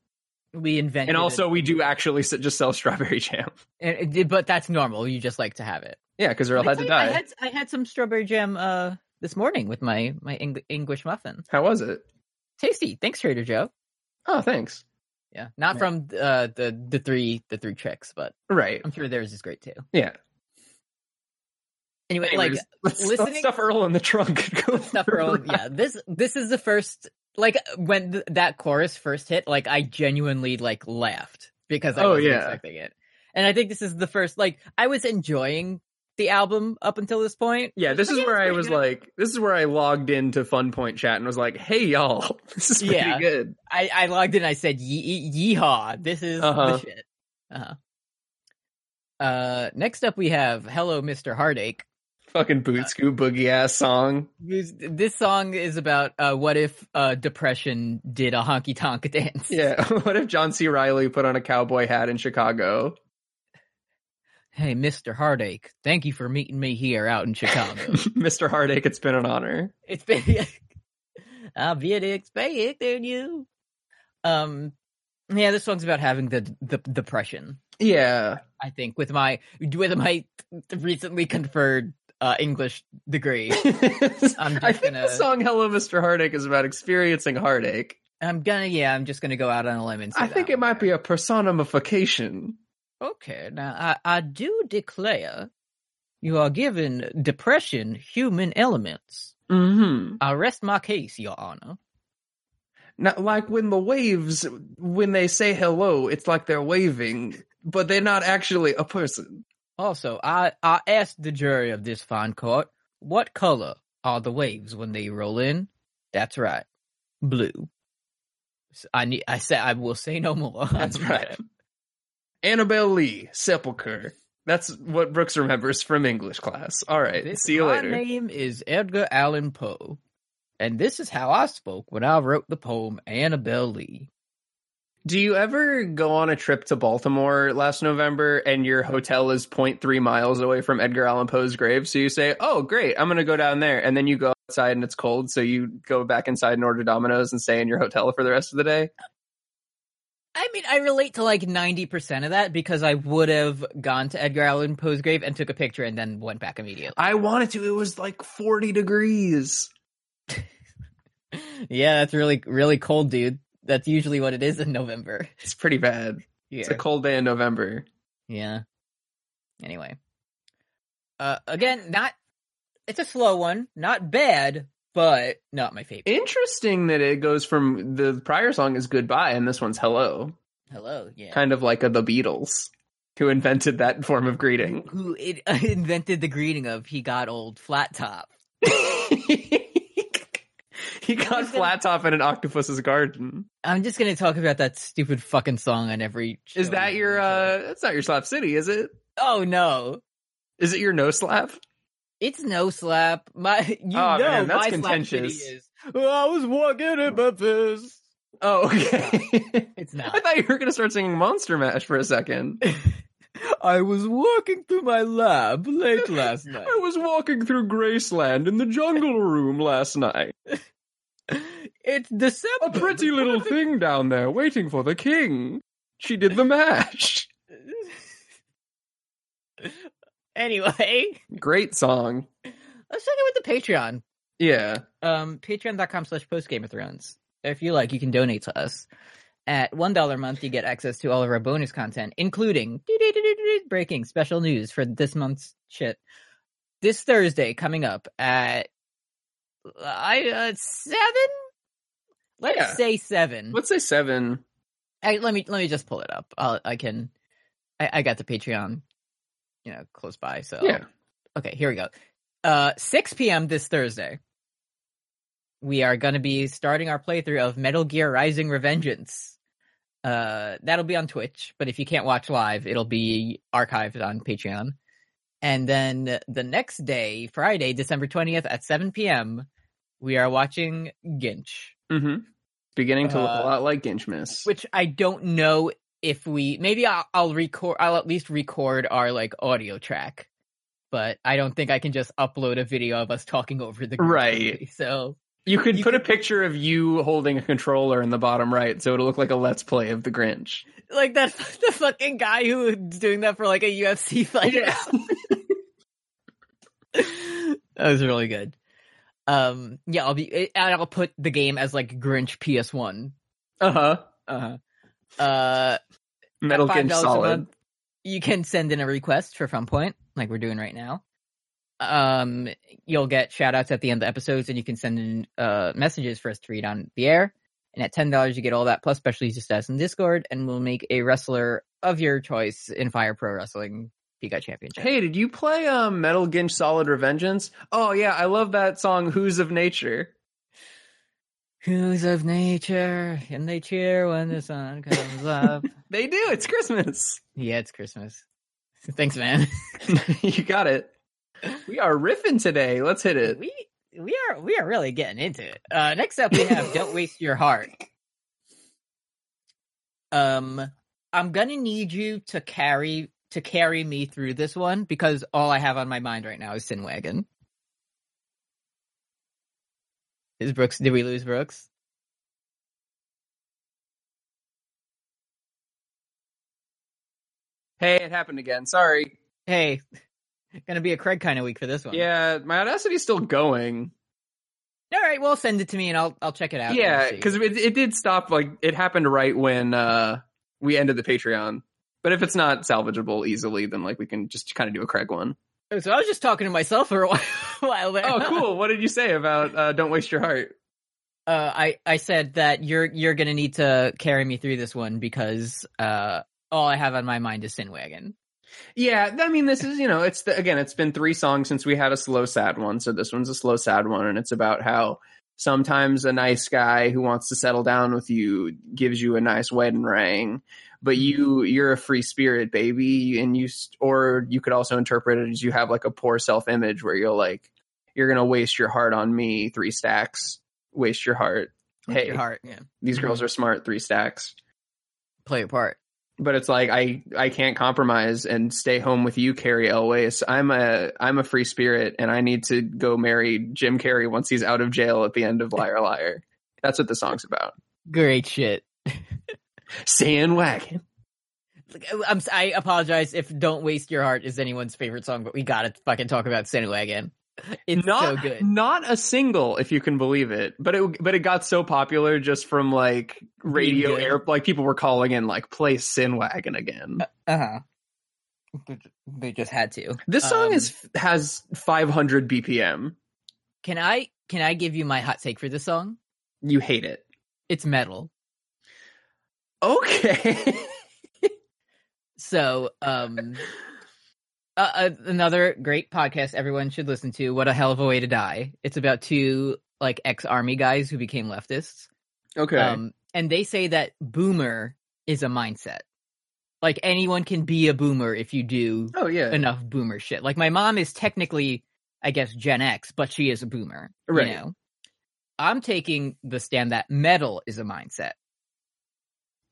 Speaker 2: We invented.
Speaker 3: and also
Speaker 2: it.
Speaker 3: we do actually s- just sell strawberry jam.
Speaker 2: And it- but that's normal. You just like to have it.
Speaker 3: Yeah, because they're all
Speaker 2: I
Speaker 3: had to
Speaker 2: tell you,
Speaker 3: die.
Speaker 2: I had I had some strawberry jam uh this morning with my my Eng- English muffin.
Speaker 3: How was it?
Speaker 2: Tasty. Thanks, Trader Joe.
Speaker 3: Oh, thanks.
Speaker 2: Yeah, not
Speaker 3: Yeah.
Speaker 2: from uh the the three the three chicks, but
Speaker 3: Right.
Speaker 2: I'm sure theirs is great too.
Speaker 3: Yeah.
Speaker 2: Anyway,
Speaker 3: Anyways,
Speaker 2: like
Speaker 3: let's, let's
Speaker 2: listening-
Speaker 3: stuff Earl in the trunk. and go
Speaker 2: stuff
Speaker 3: for a
Speaker 2: Earl,
Speaker 3: ride.
Speaker 2: yeah. This this is the first like when th- that chorus first hit, like I genuinely like laughed because I
Speaker 3: Oh,
Speaker 2: wasn't
Speaker 3: yeah.
Speaker 2: expecting it. And I think this is the first like I was enjoying the album up until this point.
Speaker 3: Yeah, this is
Speaker 2: Yeah,
Speaker 3: where
Speaker 2: it's
Speaker 3: I
Speaker 2: pretty
Speaker 3: was
Speaker 2: good.
Speaker 3: like, this is where I logged into Fun Point Chat and was like, hey, y'all, this is pretty
Speaker 2: Yeah.
Speaker 3: good.
Speaker 2: I, I logged in. I said, Ye- "Yeehaw! This is
Speaker 3: Uh-huh.
Speaker 2: the shit." Uh-huh. Uh, next up, we have "Hello, Mr. Heartache."
Speaker 3: Fucking boot scoot boogie ass song.
Speaker 2: This, this song is about uh, what if uh, depression did a honky tonk dance?
Speaker 3: Yeah. what if John C. Riley put on a cowboy hat in Chicago?
Speaker 2: Hey, Mr. Heartache, thank you for meeting me here out in Chicago.
Speaker 3: Mr. Heartache, it's been an honor.
Speaker 2: it's been I been expecting you. Um, yeah, this song's about having the the depression.
Speaker 3: Yeah.
Speaker 2: I think with my with my recently conferred uh, English degree, I'm
Speaker 3: I
Speaker 2: just
Speaker 3: think
Speaker 2: gonna
Speaker 3: the song Hello, Mr. Heartache is about experiencing heartache.
Speaker 2: I'm gonna yeah I'm just gonna go out on a limb and say
Speaker 3: I think it might be a personification.
Speaker 2: okay. Now I I do declare, you are given depression human elements.
Speaker 3: Mm-hmm.
Speaker 2: I rest my case, Your Honor.
Speaker 3: Not like when the waves, when they say hello, it's like they're waving, but they're not actually a person.
Speaker 2: Also, I I asked the jury of this fine court what color are the waves when they roll in. That's right, blue. So I need. I say. I will say no more.
Speaker 3: That's right. Annabelle Lee, sepulcher. That's what Brooks remembers from English class. All right.
Speaker 2: This-
Speaker 3: see you
Speaker 2: my
Speaker 3: later.
Speaker 2: name is Edgar Allan Poe, and this is how I spoke when I wrote the poem Annabel Lee.
Speaker 3: Do you ever go on a trip to Baltimore last November and your hotel is 0.3 miles away from Edgar Allan Poe's grave? So you say, Oh, great, I'm going to go down there. And then you go outside and it's cold. So you go back inside and order Domino's and stay in your hotel for the rest of the day?
Speaker 2: I mean, I relate to like 90% of that because I would have gone to Edgar Allan Poe's grave and took a picture and then went back immediately.
Speaker 3: I wanted to. It was like 40 degrees.
Speaker 2: yeah, that's really, really cold, dude. That's usually what it is in November.
Speaker 3: It's pretty bad. It's a
Speaker 2: Yeah.
Speaker 3: cold day in November.
Speaker 2: Yeah. Anyway. Uh, again, not, it's a slow one. Not bad, but not my favorite.
Speaker 3: Interesting that it goes from the prior song is goodbye and this one's hello,
Speaker 2: Hello. Yeah.
Speaker 3: kind of like a, the Beatles who invented that form of greeting.
Speaker 2: who it, invented the greeting of he got old flat top.
Speaker 3: He got
Speaker 2: was gonna-
Speaker 3: flat top in an octopus's garden.
Speaker 2: I'm just gonna talk about that stupid fucking song on every.
Speaker 3: Is
Speaker 2: show
Speaker 3: that
Speaker 2: we
Speaker 3: your?
Speaker 2: do.
Speaker 3: uh That's not your slap city, is it?
Speaker 2: Oh no,
Speaker 3: Is it your no slap?
Speaker 2: it's no slap. My you know
Speaker 3: Oh, man, that's
Speaker 2: my
Speaker 3: contentious.
Speaker 2: Slap City is. "Well, I was walking at Memphis.
Speaker 3: Oh, okay.
Speaker 2: It's
Speaker 3: I
Speaker 2: not.
Speaker 3: thought you were gonna start singing Monster Mash for a second.
Speaker 2: I was walking through my lab late last night.
Speaker 3: I was walking through Graceland in the jungle room last night.
Speaker 2: It's December.
Speaker 3: A pretty little thing down there waiting for the king. She did the mash.
Speaker 2: anyway,
Speaker 3: Great song.
Speaker 2: let's check out with the Patreon.
Speaker 3: Yeah.
Speaker 2: um, patreon.com slash post game of thrones if you like you can donate to us at one dollar a month you get access to all of our bonus content including breaking special news for this month's shit this thursday coming up at i uh, seven let's
Speaker 3: Yeah.
Speaker 2: say seven
Speaker 3: Let's say seven.
Speaker 2: I, let me let me just pull it up I'll, i can I, I got the patreon you know close by so
Speaker 3: Yeah.
Speaker 2: Okay, here we go. Uh, 6 p.m. this Thursday, we are going to be starting our playthrough of Metal Gear Rising Revengeance. Uh, that'll be on Twitch, but if you can't watch live, it'll be archived on Patreon. And then the next day, Friday, December 20th at 7 p.m., we are watching Ginch,
Speaker 3: Mm-hmm. Beginning to look
Speaker 2: Uh,
Speaker 3: a lot like Ginchmas.
Speaker 2: which I don't know if we, maybe I'll, I'll record, I'll at least record our like audio track but I don't think I can just upload a video of us talking over the Grinch
Speaker 3: Right.
Speaker 2: movie. So
Speaker 3: You could
Speaker 2: you
Speaker 3: put a picture of you holding a controller in the bottom right, so it'll look like a let's play of the Grinch.
Speaker 2: like that's the fucking guy who's doing that for like a UFC fight. that was really good. Um, yeah, I'll be and I'll put the game as like Grinch PS One.
Speaker 3: Uh huh.
Speaker 2: Uh-huh. Uh,
Speaker 3: Metal
Speaker 2: $5
Speaker 3: Grinch
Speaker 2: a
Speaker 3: solid.
Speaker 2: month, you can send in a request for Fun Point, like we're doing right now. Um, you'll get shout outs at the end of the episodes, and you can send in uh, messages for us to read on the air. And at ten dollars, you get all that plus special user status in Discord, and we'll make a wrestler of your choice in Fire Pro Wrestling Pika Championship.
Speaker 3: Hey, did you play um, Metal Ginch Solid Revengeance? Oh yeah, I love that song Who's of Nature.
Speaker 2: Who's of nature, and they cheer when the sun comes up.
Speaker 3: They do, it's Christmas.
Speaker 2: Yeah, it's Christmas. Thanks, man.
Speaker 3: you got it. We are riffing today. Let's hit it.
Speaker 2: we we are we are really getting into it. Uh, next up, we have "Don't Waste Your Heart." Um, I'm gonna need you to carry to carry me through this one because all I have on my mind right now is Sin Wagon. Is Brooks? Did we lose Brooks?
Speaker 3: Hey, it happened again. Sorry.
Speaker 2: Hey, gonna be a Craig kind of week for this one.
Speaker 3: Yeah, my audacity's still going.
Speaker 2: All right. Well, send it to me and I'll I'll check it out. and
Speaker 3: Yeah,
Speaker 2: we'll see.
Speaker 3: because it, it did stop. Like it happened right when uh, we ended the Patreon. But if it's not salvageable easily, then like we can just kind of do a Craig one.
Speaker 2: so I was just talking to myself for a while, while there.
Speaker 3: Oh, cool. what did you say about uh, "Don't Waste Your Heart"?
Speaker 2: uh, I I said that you're you're gonna need to carry me through this one because uh, all I have on my mind is Sin Wagon.
Speaker 3: Yeah, I mean, this is you know, it's the, again, it's been three songs since we had a slow sad one, so this one's a slow sad one, and it's about how sometimes a nice guy who wants to settle down with you gives you a nice wedding ring, but you you're a free spirit, baby, and you st- or you could also interpret it as you have like a poor self image where you're like you're gonna waste your heart on me, three stacks, waste your heart.
Speaker 2: With
Speaker 3: Hey,
Speaker 2: your heart, yeah,
Speaker 3: these girls are smart, three stacks
Speaker 2: play your part.
Speaker 3: but it's like I I can't compromise and stay home with you, Carrie Elways. I'm a I'm a free spirit, and I need to go marry Jim Carrey once he's out of jail at the end of Liar Liar. That's what the song's about.
Speaker 2: Great shit.
Speaker 3: Sand wagon.
Speaker 2: Like, I- I'm s- I apologize if "Don't Waste Your Heart" is anyone's favorite song, but we gotta fucking talk about Sin Wagon. It's so
Speaker 3: Not
Speaker 2: good.
Speaker 3: not a single, if you can believe it. But it but it got so popular just from like radio
Speaker 2: good.
Speaker 3: air, like people were calling in like play Sin Wagon again.
Speaker 2: Uh huh. They just had to.
Speaker 3: This song
Speaker 2: um,
Speaker 3: is has 500 BPM.
Speaker 2: Can I can I give you my hot take for this song?
Speaker 3: You hate it.
Speaker 2: It's metal.
Speaker 3: Okay.
Speaker 2: So, um, uh, uh, another great podcast everyone should listen to. What a hell of a way to die! It's about two like ex army guys who became leftists.
Speaker 3: Okay.
Speaker 2: Um, and they say that boomer is a mindset. Like anyone can be a boomer if you do
Speaker 3: oh yeah.
Speaker 2: enough boomer shit. Like my mom is technically, I guess, Gen X, but she is a boomer.
Speaker 3: Right.
Speaker 2: You know? I'm taking the stand that metal is a mindset.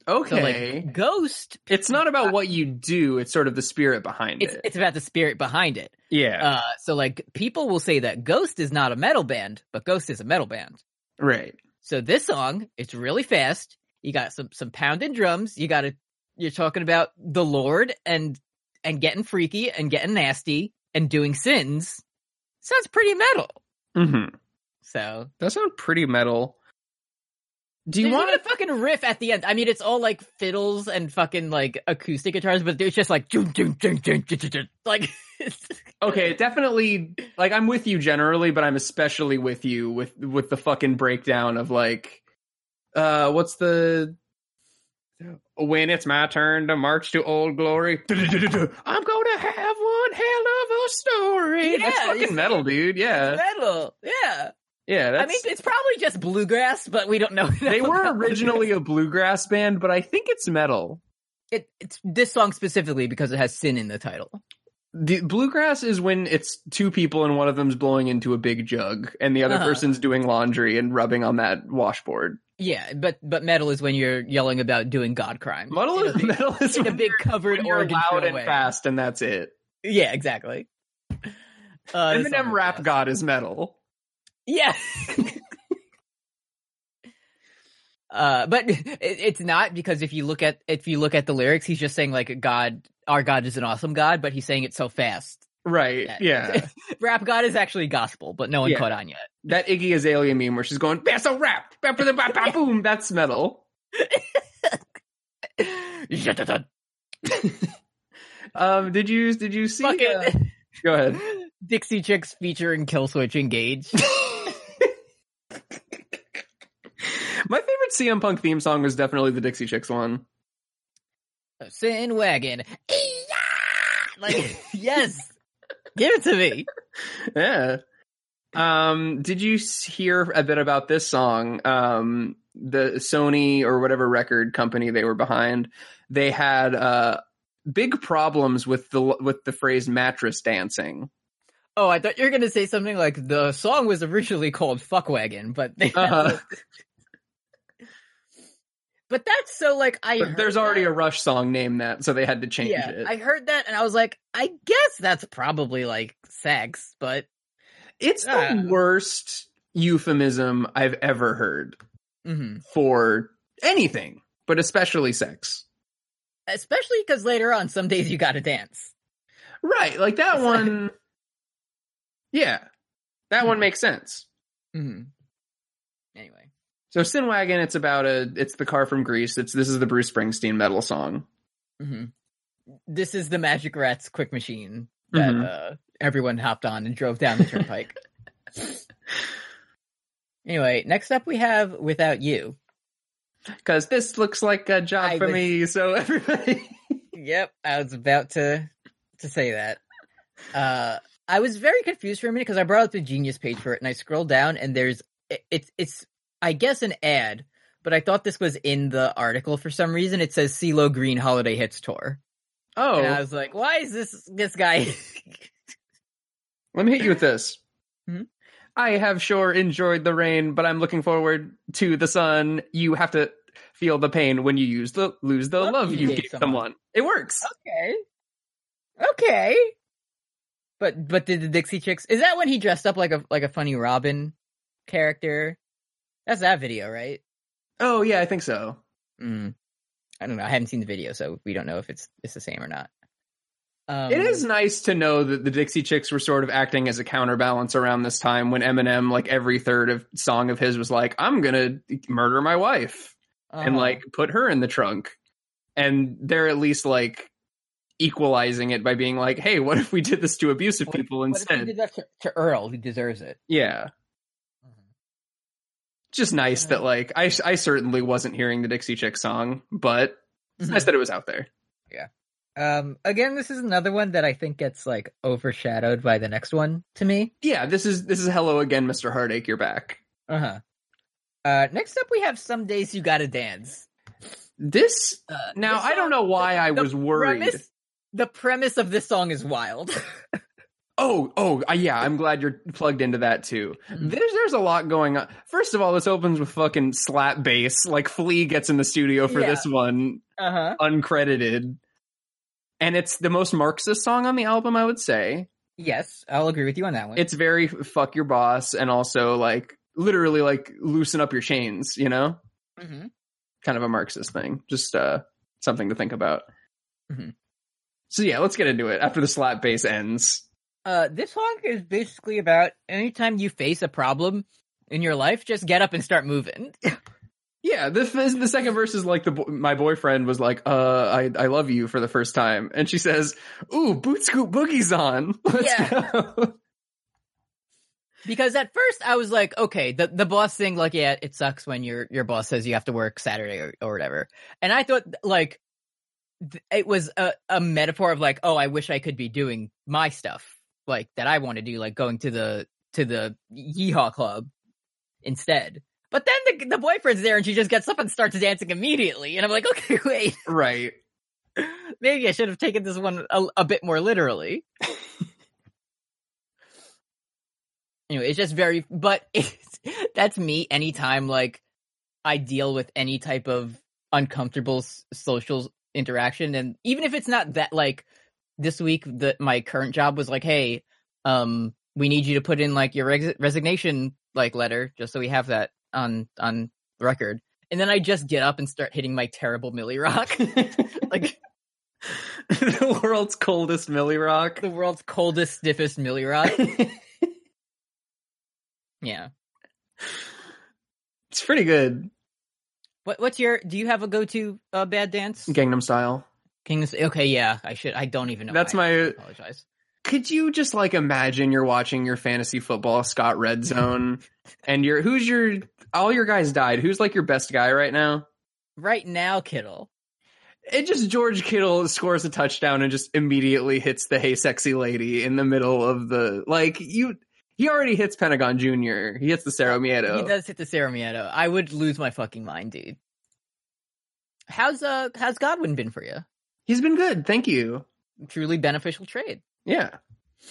Speaker 2: So
Speaker 3: okay.
Speaker 2: like Ghost,
Speaker 3: it's not about what you do, it's sort of the spirit behind
Speaker 2: it's
Speaker 3: it.
Speaker 2: it's about the spirit behind it.
Speaker 3: yeah.
Speaker 2: Uh, so like people will say that Ghost is not a metal band, but Ghost is a metal band.
Speaker 3: right.
Speaker 2: So this song, it's really fast. You got some some pounding drums. You got a you're talking about the Lord and and getting freaky and getting nasty and doing sins. Sounds pretty metal.
Speaker 3: Mhm.
Speaker 2: So
Speaker 3: That sounds pretty metal. Do you
Speaker 2: there's
Speaker 3: want
Speaker 2: even a fucking riff at the end? I mean, it's all like fiddles and fucking like acoustic guitars, but it's just like doom, doom, doom, doom, doom, doom, doom. like it's-
Speaker 3: Okay, definitely. Like, I'm with you generally, but I'm especially with you with with the fucking breakdown of like, uh, what's the when it's my turn to march to old glory? I'm gonna have one hell of a story. that's
Speaker 2: Yeah,
Speaker 3: fucking
Speaker 2: you-
Speaker 3: metal, dude. Yeah,
Speaker 2: metal. Yeah,
Speaker 3: yeah. Uh, That's,
Speaker 2: I mean, it's probably just bluegrass, but we don't know.
Speaker 3: they
Speaker 2: enough
Speaker 3: were
Speaker 2: about
Speaker 3: originally a bluegrass band, but I think it's metal.
Speaker 2: it, it's this song specifically because it has sin in the title.
Speaker 3: The bluegrass is when it's two people and one of them's blowing into a big jug and the other
Speaker 2: Uh-huh.
Speaker 3: person's doing laundry and rubbing on that washboard.
Speaker 2: Yeah, but but metal is when you're yelling about doing god crime.
Speaker 3: Metal
Speaker 2: in a
Speaker 3: is
Speaker 2: big,
Speaker 3: metal is
Speaker 2: in a
Speaker 3: when
Speaker 2: big
Speaker 3: you're-
Speaker 2: covered
Speaker 3: when you're
Speaker 2: organ
Speaker 3: loud
Speaker 2: throwaway.
Speaker 3: and fast, and that's it.
Speaker 2: Yeah, exactly. Uh, this song
Speaker 3: Eminem
Speaker 2: is
Speaker 3: rap
Speaker 2: fast.
Speaker 3: god is metal.
Speaker 2: Yeah. uh, but it, it's not because if you look at if you look at the lyrics, he's just saying like God, our God is an awesome God, but he's saying it so fast.
Speaker 3: Right?
Speaker 2: that-
Speaker 3: Yeah.
Speaker 2: rap God is actually gospel, but no one
Speaker 3: Yeah.
Speaker 2: caught on yet.
Speaker 3: that Iggy Azalea meme where she's going that's a rap, bap, bap, bap, bap, boom. That's metal. Um, did you did you see?
Speaker 2: Fucking
Speaker 3: uh, go ahead.
Speaker 2: Dixie Chicks featuring Killswitch Engage.
Speaker 3: My favorite CM Punk theme song was definitely the Dixie Chicks one.
Speaker 2: Sin wagon. Eeyah! Like yes, give it to me.
Speaker 3: Yeah. Um, did you s- hear a bit about this song? Um, the Sony or whatever record company they were behind, they had uh big problems with the with the phrase mattress dancing.
Speaker 2: Oh, I thought you were gonna say something like the song was originally called "Fuck Wagon," but they
Speaker 3: Uh-huh.
Speaker 2: but that's so like I.
Speaker 3: But
Speaker 2: heard
Speaker 3: there's already
Speaker 2: that.
Speaker 3: a Rush song named that, so they had to change
Speaker 2: yeah.
Speaker 3: it.
Speaker 2: I heard that and I was like, I guess that's probably like sex, but
Speaker 3: it's the
Speaker 2: Yeah.
Speaker 3: worst euphemism I've ever heard
Speaker 2: mhm.
Speaker 3: for anything, but especially sex.
Speaker 2: especially because later on, some days you gotta dance.
Speaker 3: Right, like that one. Yeah, that one makes sense.
Speaker 2: hmm Anyway,
Speaker 3: So Sin Wagon, it's about a it's the car from Greece. It's this is the Bruce Springsteen metal song.
Speaker 2: hmm this is the Magic Rats Quick Machine that
Speaker 3: Mhm.
Speaker 2: uh, everyone hopped on and drove down the turnpike. anyway, next up we have "Without You."
Speaker 3: Cause this looks like a job
Speaker 2: I
Speaker 3: for
Speaker 2: would-
Speaker 3: me, so everybody
Speaker 2: Yep, I was about to to say that. Uh I was very confused for a minute because I brought up the Genius page for it, and I scrolled down, and there's it- it's it's I guess an ad, but I thought this was in the article for some reason. It says CeeLo Green Holiday Hits Tour,
Speaker 3: Oh
Speaker 2: and I was like, why is this this guy?
Speaker 3: let me hit you with this. Mm-hmm.
Speaker 2: Hmm?
Speaker 3: I have sure enjoyed the rain, but I'm looking forward to the sun. You have to feel the pain when you use the lose the love, you gave someone. It works.
Speaker 2: okay, okay, but but did the Dixie Chicks? Is that when he dressed up like a like a funny Robin character? That's that video, right?
Speaker 3: Oh yeah, I think so.
Speaker 2: Mm. I don't know. I haven't seen the video, so we don't know if it's it's the same or not. Um,
Speaker 3: it is nice to know that the Dixie Chicks were sort of acting as a counterbalance around this time when Eminem, like every third of song of his, was like, "I'm gonna murder my wife." and
Speaker 2: uh-huh.
Speaker 3: like put her in the trunk. And they're at least like equalizing it by being like, hey, what if we did this to abusive
Speaker 2: What if-
Speaker 3: people
Speaker 2: what if we
Speaker 3: instead?
Speaker 2: did that to, to Earl, who deserves it.
Speaker 3: yeah.
Speaker 2: Mm-hmm.
Speaker 3: Just nice
Speaker 2: Yeah.
Speaker 3: that like I I certainly wasn't hearing the Dixie Chick song, but it's
Speaker 2: Mm-hmm.
Speaker 3: nice that it was out there.
Speaker 2: Um, again, this is another one that I think gets like overshadowed by the next one to me.
Speaker 3: Yeah, this is this is hello again, Mr. Heartache, you're back.
Speaker 2: Uh-huh. Uh Next up, we have some days you gotta dance.
Speaker 3: This
Speaker 2: Uh,
Speaker 3: now,
Speaker 2: this
Speaker 3: I don't
Speaker 2: song-
Speaker 3: know why I
Speaker 2: the
Speaker 3: was worried.
Speaker 2: Premise, the premise of this song is wild.
Speaker 3: Oh, oh, uh, yeah. I'm glad you're plugged into that too.
Speaker 2: Mm.
Speaker 3: There's there's a lot going on. First of all, this opens with fucking slap bass. Like Flea gets in the studio for
Speaker 2: Yeah.
Speaker 3: this one,
Speaker 2: Uh
Speaker 3: Uh-huh.
Speaker 2: huh.
Speaker 3: uncredited, and it's the most Marxist song on the album. I would say
Speaker 2: Yes, I'll agree with you on that one.
Speaker 3: it's very fuck your boss, and also like literally like loosen up your chains. You know,
Speaker 2: Mhm.
Speaker 3: kind of a Marxist thing. Just uh, something to think about.
Speaker 2: Mhm.
Speaker 3: So yeah, let's get into it after the slap bass ends.
Speaker 2: Uh, this song is basically about anytime you face a problem in your life, just get up and start moving.
Speaker 3: Yeah, the the the second verse is like the bo- my boyfriend was like, "Uh, I I love you" for the first time, and she says, "Ooh, boot scoot boogie's on." Let's
Speaker 2: Yeah.
Speaker 3: go.
Speaker 2: because at first I was like, okay, the the boss thing, like, yeah, it sucks when your your boss says you have to work Saturday or, or whatever, and I thought like th- it was a a metaphor of like, oh, I wish I could be doing my stuff like that I want to do, like going to the to the Yeehaw Club instead. But then the the boyfriend's there, and she just gets up and starts dancing immediately, and I'm like, okay, wait,
Speaker 3: right.
Speaker 2: maybe I should have taken this one a, a bit more literally. anyway, it's just very, but it's, that's me anytime, like, I deal with any type of uncomfortable s- social interaction. And even if it's not that, like, this week, the, my current job was like, hey, um, we need you to put in, like, your res- resignation, like, letter, just so we have that on, on record. And then I just get up and start hitting my terrible Millie Rock. like,
Speaker 3: the world's coldest Millie Rock.
Speaker 2: the world's coldest, stiffest Millie Rock.
Speaker 3: it's
Speaker 2: Yeah.
Speaker 3: pretty good.
Speaker 2: What what's your do you have a go to uh, bad dance?
Speaker 3: Gangnam Style.
Speaker 2: Kings okay, yeah, I should I don't even know.
Speaker 3: That's
Speaker 2: why.
Speaker 3: my-
Speaker 2: I apologize.
Speaker 3: Could you just like imagine you're watching your fantasy football Scott Red Zone, and you're who's your all your guys died. Who's like your best guy right now?
Speaker 2: Right now, Kittle.
Speaker 3: it just George Kittle scores a touchdown and just immediately hits the hey sexy lady in the middle of the like you he already hits Pentagon Jr. He hits the Cerro Miedo.
Speaker 2: He does hit the Sarah Mieto. I would lose my fucking mind, dude. How's uh how's Godwin been for you?
Speaker 3: He's been good, thank you.
Speaker 2: Truly beneficial trade.
Speaker 3: Yeah.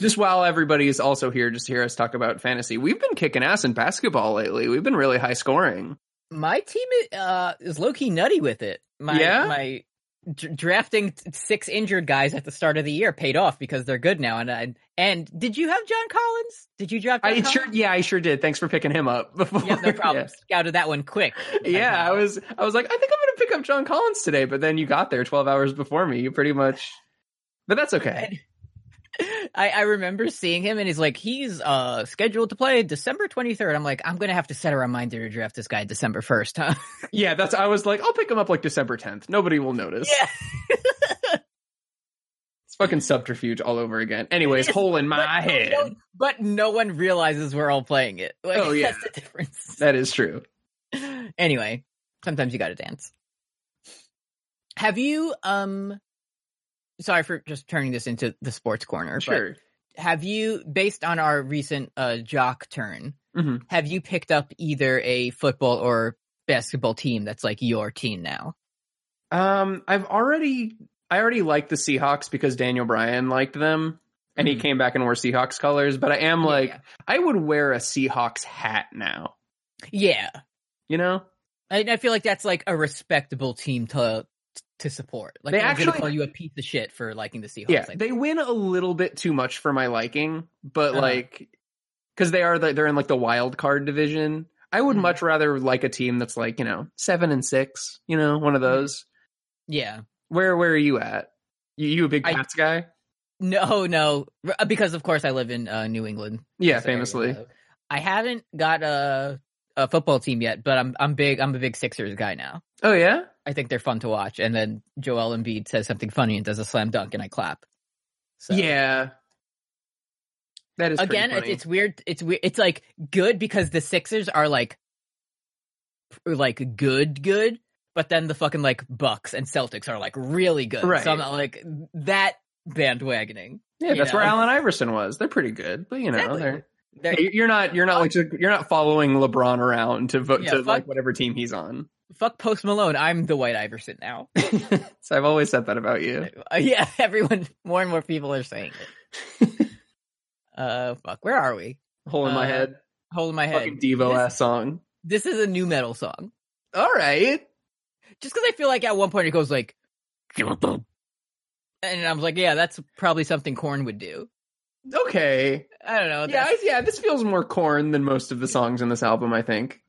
Speaker 3: Just while everybody is also here, just to hear us talk about fantasy. We've been kicking ass in basketball lately. We've been really high scoring.
Speaker 2: My team i- uh is low key nutty with it. My
Speaker 3: Yeah?
Speaker 2: my dr- drafting t- six injured guys at the start of the year paid off because they're good now and I, and did you have John Collins? Did you draft John
Speaker 3: I
Speaker 2: Collins?
Speaker 3: sure, yeah, I sure did. Thanks for picking him up before.
Speaker 2: Yeah, no problem. Scouted that one quick.
Speaker 3: Yeah, yeah I was, I was like, I think I'm going to pick up John Collins today, but then you got there 12 hours before me. You pretty much, but that's okay.
Speaker 2: I, I remember seeing him, and he's like, he's uh scheduled to play December 23rd. I'm like, I'm gonna have to set a reminder to draft this guy December 1st, huh?
Speaker 3: Yeah, that's. I was like, I'll pick him up like December 10th. Nobody will notice.
Speaker 2: Yeah.
Speaker 3: It's fucking subterfuge all over again. Anyways,
Speaker 2: It is,
Speaker 3: hole in
Speaker 2: But
Speaker 3: my
Speaker 2: no-
Speaker 3: head.
Speaker 2: no- but no one realizes we're all playing it. Like,
Speaker 3: Oh, yeah.
Speaker 2: that's the difference.
Speaker 3: That is true.
Speaker 2: anyway, sometimes you gotta dance. Have you um? Sorry for just turning this into the sports corner. but
Speaker 3: Sure.
Speaker 2: have you, based on our recent uh jock turn,
Speaker 3: Mhm.
Speaker 2: have you picked up either a football or basketball team that's like your team now?
Speaker 3: Um, I've already, I already liked the Seahawks because Daniel Bryan liked them, and he
Speaker 2: Mhm.
Speaker 3: came back and wore Seahawks colors. But I am like,
Speaker 2: yeah,
Speaker 3: I would wear a Seahawks hat now.
Speaker 2: yeah.
Speaker 3: You know,
Speaker 2: I, I feel like that's like a respectable team to to support. Like
Speaker 3: They
Speaker 2: they're
Speaker 3: actually-
Speaker 2: gonna call you a piece of shit for liking the Seahawks.
Speaker 3: yeah,
Speaker 2: like,
Speaker 3: they win a little bit too much for my liking, but
Speaker 2: Uh-huh.
Speaker 3: like, because they are, the, they're in like the wild card division. I would
Speaker 2: Mhm.
Speaker 3: much rather like a team that's like you know seven and six, you know, one of
Speaker 2: Mm-hmm.
Speaker 3: those.
Speaker 2: yeah.
Speaker 3: Where where are you at? You, you a big
Speaker 2: I-
Speaker 3: Pats guy?
Speaker 2: No, no, R- because of course I live in uh, New England.
Speaker 3: Yeah,
Speaker 2: this area,
Speaker 3: famously.
Speaker 2: so I haven't got a a football team yet, but I'm I'm big. I'm a big Sixers guy now.
Speaker 3: Oh yeah.
Speaker 2: I think they're fun to watch. And then Joel Embiid says something funny and does a slam dunk, and I clap. So.
Speaker 3: Yeah. That is pretty
Speaker 2: again it's,
Speaker 3: funny.
Speaker 2: it's weird it's weird it's like good because the sixers are like like good good but then the fucking like bucks and celtics are like really good
Speaker 3: Right.
Speaker 2: so i'm not like that bandwagoning
Speaker 3: yeah,
Speaker 2: you
Speaker 3: that's where
Speaker 2: know.
Speaker 3: Allen Iverson was. They're pretty good, but you know
Speaker 2: Exactly.
Speaker 3: they're
Speaker 2: They're,
Speaker 3: You're not. You're not like. You're not following LeBron around to vote
Speaker 2: Yeah,
Speaker 3: to
Speaker 2: fuck-
Speaker 3: like whatever team he's on.
Speaker 2: fuck Post Malone. I'm the White Iverson now.
Speaker 3: So I've always said that about you.
Speaker 2: Uh, yeah, everyone, more and more people are saying it. uh, fuck. Where are we?
Speaker 3: Hole in my
Speaker 2: Uh,
Speaker 3: head.
Speaker 2: Hole in my head.
Speaker 3: Fucking Devo ass song.
Speaker 2: This is a new metal song.
Speaker 3: All right.
Speaker 2: Just because I feel like at one point it goes like, and I was like, yeah, that's probably something Corn would do.
Speaker 3: Okay.
Speaker 2: I don't know.
Speaker 3: yeah.
Speaker 2: that's-
Speaker 3: I- yeah. This feels more corn than most of the songs in this album. I think.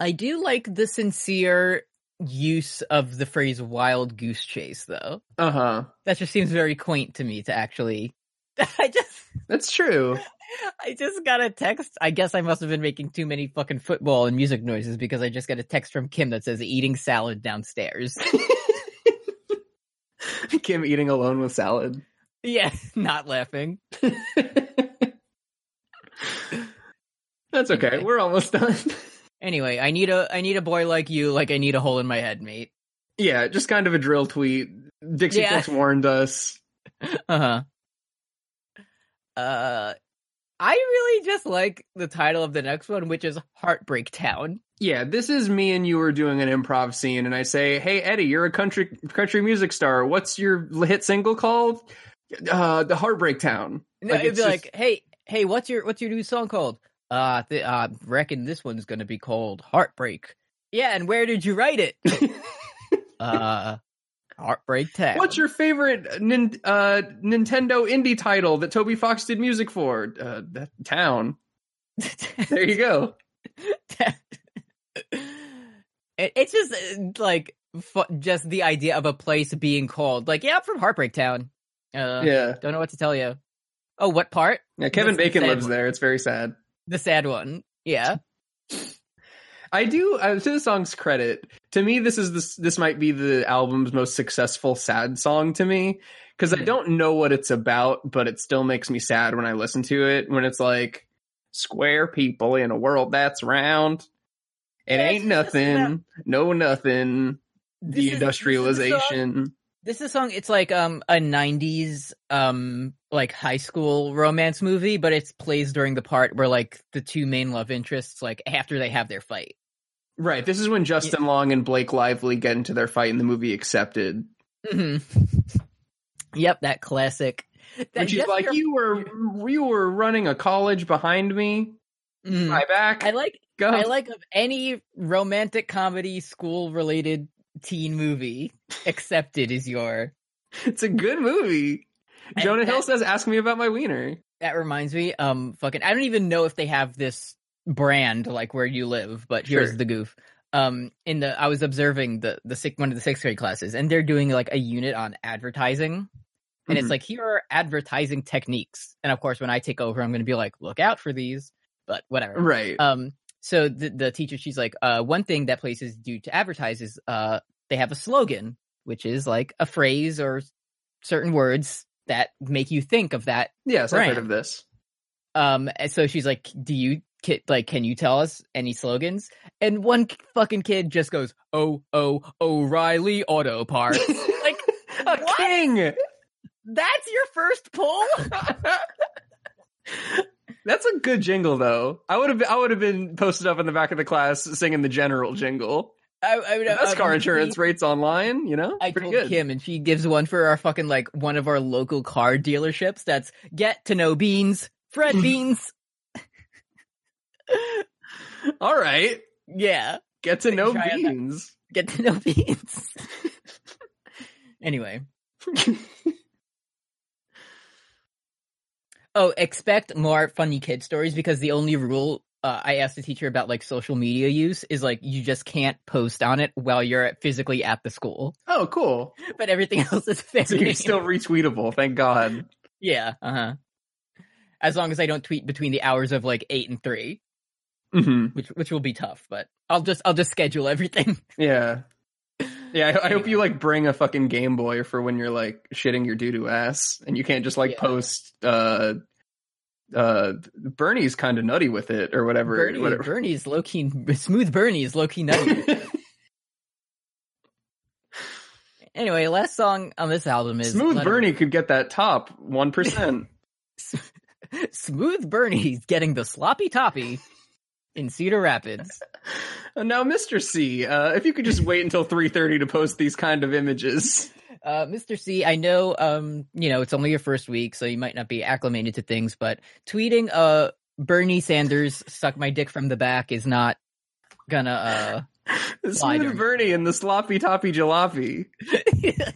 Speaker 2: I do like the sincere use of the phrase "wild goose chase," though.
Speaker 3: Uh huh.
Speaker 2: That just seems very quaint to me to actually. I just,
Speaker 3: That's true.
Speaker 2: I just got a text. I guess I must have been making too many fucking football and music noises because I just got a text from Kim that says eating salad downstairs.
Speaker 3: Kim eating alone with salad.
Speaker 2: yeah, not laughing.
Speaker 3: That's okay.
Speaker 2: Anyway.
Speaker 3: We're almost done.
Speaker 2: Anyway, I need a, I need a boy like you, like I need a hole in my head, mate.
Speaker 3: yeah, just kind of a drill tweet. Dixie
Speaker 2: Yeah.
Speaker 3: Chicks warned us.
Speaker 2: Uh huh. Uh, I really just like the title of the next one, which is Heartbreak Town.
Speaker 3: Yeah, this is me and you were doing an improv scene, and I say, "Hey, Eddie, you're a country country music star. What's your hit single called? Uh, the Heartbreak Town."
Speaker 2: No,
Speaker 3: Like,
Speaker 2: it'd
Speaker 3: it's
Speaker 2: be
Speaker 3: just-
Speaker 2: like, hey, hey, what's your what's your new song called? Uh, th- uh, reckon this one's gonna be called Heartbreak. Yeah, and where did you write it? uh, Heartbreak Town.
Speaker 3: What's your favorite nin- uh, Nintendo indie title that Toby Fox did music for? Uh, that town. There you go.
Speaker 2: it, it's just uh, like fu- just the idea of a place being called like, yeah, I'm from Heartbreak Town. Uh,
Speaker 3: yeah.
Speaker 2: don't know what to tell you. Oh, what part?
Speaker 3: Yeah, Kevin
Speaker 2: That's the
Speaker 3: Bacon
Speaker 2: sad
Speaker 3: lives
Speaker 2: one.
Speaker 3: there. It's very sad.
Speaker 2: The sad one. Yeah.
Speaker 3: I do uh, to the song's credit. To me, this is this this might be the album's most successful sad song to me because I
Speaker 2: Mhm.
Speaker 3: don't know what it's about, but it still makes me sad when I listen to it. When it's like square people in a world that's round, it
Speaker 2: Yeah,
Speaker 3: ain't
Speaker 2: it's just about-
Speaker 3: nothing, no nothing.
Speaker 2: This
Speaker 3: The
Speaker 2: is- This is the song-
Speaker 3: industrialization.
Speaker 2: this is a song. It's like um a '90s um like high school romance movie, but it's plays during the part where like the two main love interests like after they have their fight.
Speaker 3: Right. This is when Justin Long and Blake Lively get into their fight in the movie Accepted.
Speaker 2: hmm Yep, that classic. That
Speaker 3: Which is
Speaker 2: just
Speaker 3: like
Speaker 2: your-
Speaker 3: you were you were running a college behind me,
Speaker 2: Mhm.
Speaker 3: my back.
Speaker 2: I like
Speaker 3: Go.
Speaker 2: I like of any romantic comedy school related teen movie. Accepted is your
Speaker 3: It's a good movie.
Speaker 2: I-
Speaker 3: Jonah
Speaker 2: that-
Speaker 3: Hill says, "Ask me about my wiener."
Speaker 2: That reminds me, um, fucking, I don't even know if they have this brand like where you live, but here's
Speaker 3: Sure.
Speaker 2: the goof. Um, in the I was observing the the six, one of the sixth grade classes, and they're doing like a unit on advertising, and it's
Speaker 3: Mhm.
Speaker 2: like here are advertising techniques, and of course when I take over, I'm going to be like, look out for these, but whatever.
Speaker 3: Right.
Speaker 2: Um, so the, the teacher, she's like, uh, one thing that places do to advertise is, uh, they have a slogan, which is like a phrase or certain words that make you think of that
Speaker 3: yes, I've
Speaker 2: brand.
Speaker 3: heard of this.
Speaker 2: um, and so she's like, "Do you ki- like? Can you tell us any slogans?" And one k- fucking kid just goes, "Oh, oh, O'Reilly Auto Parts." like
Speaker 3: A
Speaker 2: what?
Speaker 3: king.
Speaker 2: That's your first pull.
Speaker 3: That's a good jingle, though. I would have. I would have been posted up in the back of the class singing the general jingle.
Speaker 2: I, I mean,
Speaker 3: That's
Speaker 2: um,
Speaker 3: car insurance rates online. You know,
Speaker 2: I
Speaker 3: pretty
Speaker 2: told
Speaker 3: good.
Speaker 2: Kim, and she gives one for our fucking like one of our local car dealerships. That's get to know beans, Fred beans.
Speaker 3: All right,
Speaker 2: Yeah,
Speaker 3: get to know
Speaker 2: Try out that.
Speaker 3: beans.
Speaker 2: get to know beans. anyway. Oh, expect more funny kid stories because the only rule uh, I asked the teacher about like social media use is like you just can't post on it while you're at- physically at the school,
Speaker 3: oh, cool.
Speaker 2: but everything else is fair.
Speaker 3: So
Speaker 2: game.
Speaker 3: you're still retweetable. Thank God.
Speaker 2: yeah, uh huh. As long as I don't tweet between the hours of like eight and three,
Speaker 3: hmm
Speaker 2: which which will be tough, but I'll just I'll just schedule everything.
Speaker 3: Yeah. Yeah, I, I hope you like bring a fucking Game Boy for when you're like shitting your doo doo ass, and you can't just like
Speaker 2: Yeah.
Speaker 3: post. uh uh Bernie's kind of nutty with it or whatever.
Speaker 2: Bernie,
Speaker 3: whatever.
Speaker 2: Bernie's low key smooth. Bernie is low key nutty. anyway, last song on this album is
Speaker 3: Smooth
Speaker 2: Let 'Em
Speaker 3: Bernie could get that top one percent.
Speaker 2: Smooth Bernie's getting the sloppy toppy in Cedar Rapids.
Speaker 3: Uh, Now, Mr. C, uh, if you could just wait until 3.30 to post these kind of images.
Speaker 2: Uh, Mr. C, I know, um, you know, it's only your first week, so you might not be acclimated to things, but tweeting, uh, Bernie Sanders suck my dick from the back is not gonna, uh,
Speaker 3: Smooth Bernie and the sloppy toppy jalopy.
Speaker 2: uh,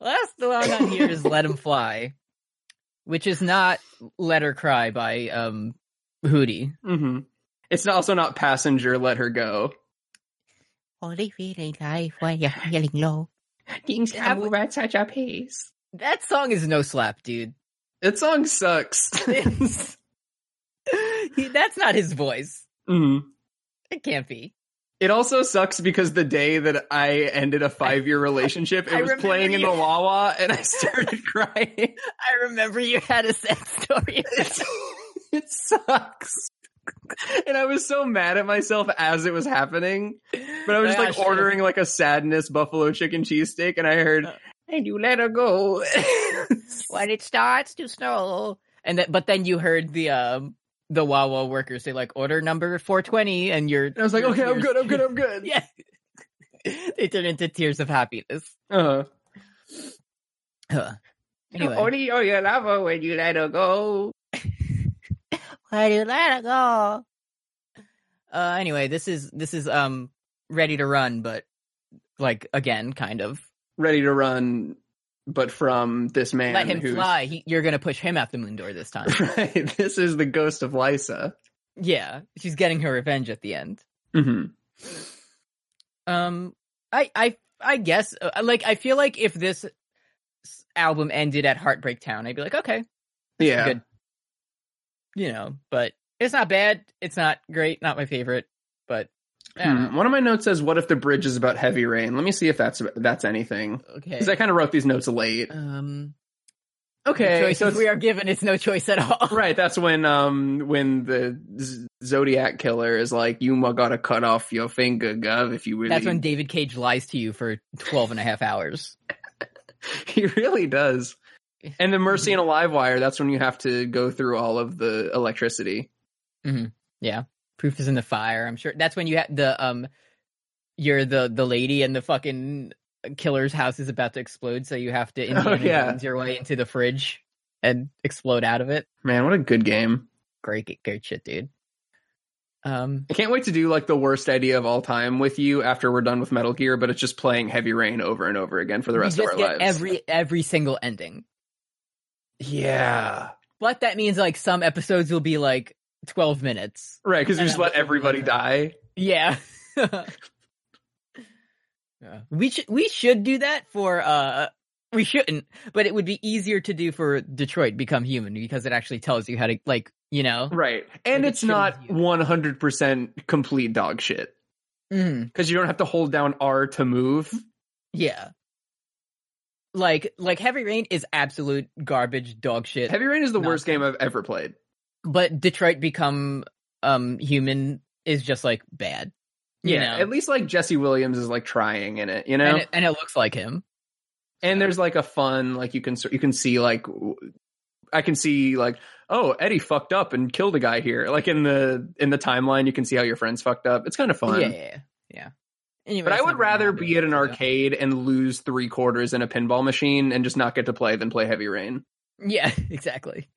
Speaker 2: last one on here is Let Him Fly, which is not Let Her Cry by, um, Hootie.
Speaker 3: hmm It's also not passenger, let her go.
Speaker 1: Only feeling life while you're feeling low.
Speaker 4: Things
Speaker 2: come
Speaker 4: move at such a pace.
Speaker 2: That song is no slap, dude.
Speaker 3: That song sucks.
Speaker 2: He- That's not his voice.
Speaker 3: Mhm.
Speaker 2: Mm-hmm. It can't be.
Speaker 3: It also sucks because the day that I ended a five year relationship,
Speaker 2: I
Speaker 3: it was
Speaker 2: remember
Speaker 3: playing in
Speaker 2: you-
Speaker 3: the Wawa and I started crying.
Speaker 2: I remember you had a sex story.
Speaker 3: it sucks. And I was so mad at myself as it was happening. But I was just like ordering like a sadness buffalo chicken cheesesteak and I
Speaker 2: Uh,
Speaker 3: heard, and you let her go.
Speaker 2: when it starts to snow. And then, but then you heard the um the Wawa workers say like order number four twenty, and you're.
Speaker 3: And I was like,
Speaker 2: your
Speaker 3: okay, I'm
Speaker 2: tears-
Speaker 3: good, I'm good, I'm good.
Speaker 2: Yeah. they turn into tears of happiness.
Speaker 3: Uh-huh.
Speaker 2: Huh. Anyway,
Speaker 4: Only you're your lover when you let her go.
Speaker 1: Why do you let it go?
Speaker 2: uh, anyway, this is this is um ready to run, but like again, kind of
Speaker 3: Ready to run, but from this man.
Speaker 2: let him
Speaker 3: who's-
Speaker 2: fly. He, you're gonna push him out the moon door this time.
Speaker 3: Right. This is the ghost of Lysa.
Speaker 2: Yeah, she's getting her revenge at the end.
Speaker 3: Mm-hmm.
Speaker 2: Um, I, I, I guess, uh, like, I feel like if this s- album ended at Heartbreak Town, I'd be like, okay,
Speaker 3: Yeah.
Speaker 2: good. You know, but it's not bad. It's not great. Not my favorite, but I don't
Speaker 3: Hmm. One of my notes says, "What if the bridge is about heavy rain?" Let me see if that's that's anything.
Speaker 2: know. okay.
Speaker 3: Because I kind of wrote these notes late.
Speaker 2: Um, okay,
Speaker 3: Okay,
Speaker 2: choices
Speaker 3: so it's-
Speaker 2: we are given is no choice at all.
Speaker 3: right. That's when um when the Z- Zodiac killer is like, "You mu gotta cut off your finger, Gov, if you really."
Speaker 2: That's when David Cage lies to you for 12 and a half hours.
Speaker 3: he really does. And the mercy and a live wire. That's when you have to go through all of the electricity.
Speaker 2: Proof is in the fire. I'm sure that's when you had the um, you're the the lady and the fucking killer's house is about to explode, so you have to Indiana
Speaker 3: Oh, yeah.
Speaker 2: Jones your way into the fridge and explode out of it.
Speaker 3: Man, what a good game!
Speaker 2: Great, great shit, dude. Um,
Speaker 3: I can't wait to do like the worst idea of all time with you after we're done with Metal Gear, but it's just playing Heavy Rain over and over again for the
Speaker 2: you
Speaker 3: rest of
Speaker 2: just
Speaker 3: our
Speaker 2: get
Speaker 3: lives.
Speaker 2: every every single ending,
Speaker 3: yeah.
Speaker 2: but that means like some episodes will be like twelve minutes.
Speaker 3: Right, because we
Speaker 2: And
Speaker 3: just
Speaker 2: I'm
Speaker 3: let
Speaker 2: looking
Speaker 3: everybody
Speaker 2: for-
Speaker 3: die.
Speaker 2: Yeah. Yeah. We should we should do that for uh we shouldn't, but it would be easier to do for Detroit Become Human because it actually tells you how to like you know.
Speaker 3: Right. And
Speaker 2: Like, it
Speaker 3: it's not
Speaker 2: kills you.
Speaker 3: 100% complete dog shit.
Speaker 2: Mm,
Speaker 3: Because you don't have to hold down R to move.
Speaker 2: yeah. Like like Heavy Rain is absolute garbage dog shit.
Speaker 3: Heavy Rain is the
Speaker 2: No.
Speaker 3: worst game I've ever played.
Speaker 2: but Detroit Become um Human is just like bad. You know?
Speaker 3: At least like Jesse Williams is like trying in it, you know?
Speaker 2: and
Speaker 3: And,
Speaker 2: it, and it looks like him.
Speaker 3: there's like a fun, like you can, you can see like, w- I can see like, oh, Eddie fucked up and killed a guy here. Like in the, in the timeline, you can see how your friends fucked up. It's kind of fun.
Speaker 2: Yeah, yeah, yeah. yeah. Anyway,
Speaker 3: But I
Speaker 2: that's
Speaker 3: would
Speaker 2: not gonna
Speaker 3: rather
Speaker 2: happen,
Speaker 3: be at an
Speaker 2: so-
Speaker 3: arcade and lose three quarters in a pinball machine and just not get to play than play Heavy Rain.
Speaker 2: Yeah, exactly.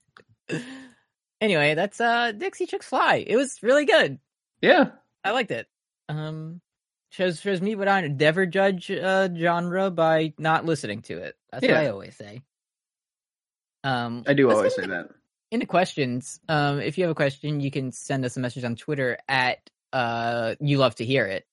Speaker 2: anyway, that's uh Dixie Chicks Fly. It was really good.
Speaker 3: Yeah.
Speaker 2: I liked it. Um shows shows me what I never judge uh genre by not listening to it. That's
Speaker 3: Yeah.
Speaker 2: what I always say. Um
Speaker 3: I do
Speaker 2: Let's
Speaker 3: always
Speaker 2: go
Speaker 3: say that.
Speaker 2: into questions. Um if you have a question, you can send us a message on Twitter at uh you love to hear it.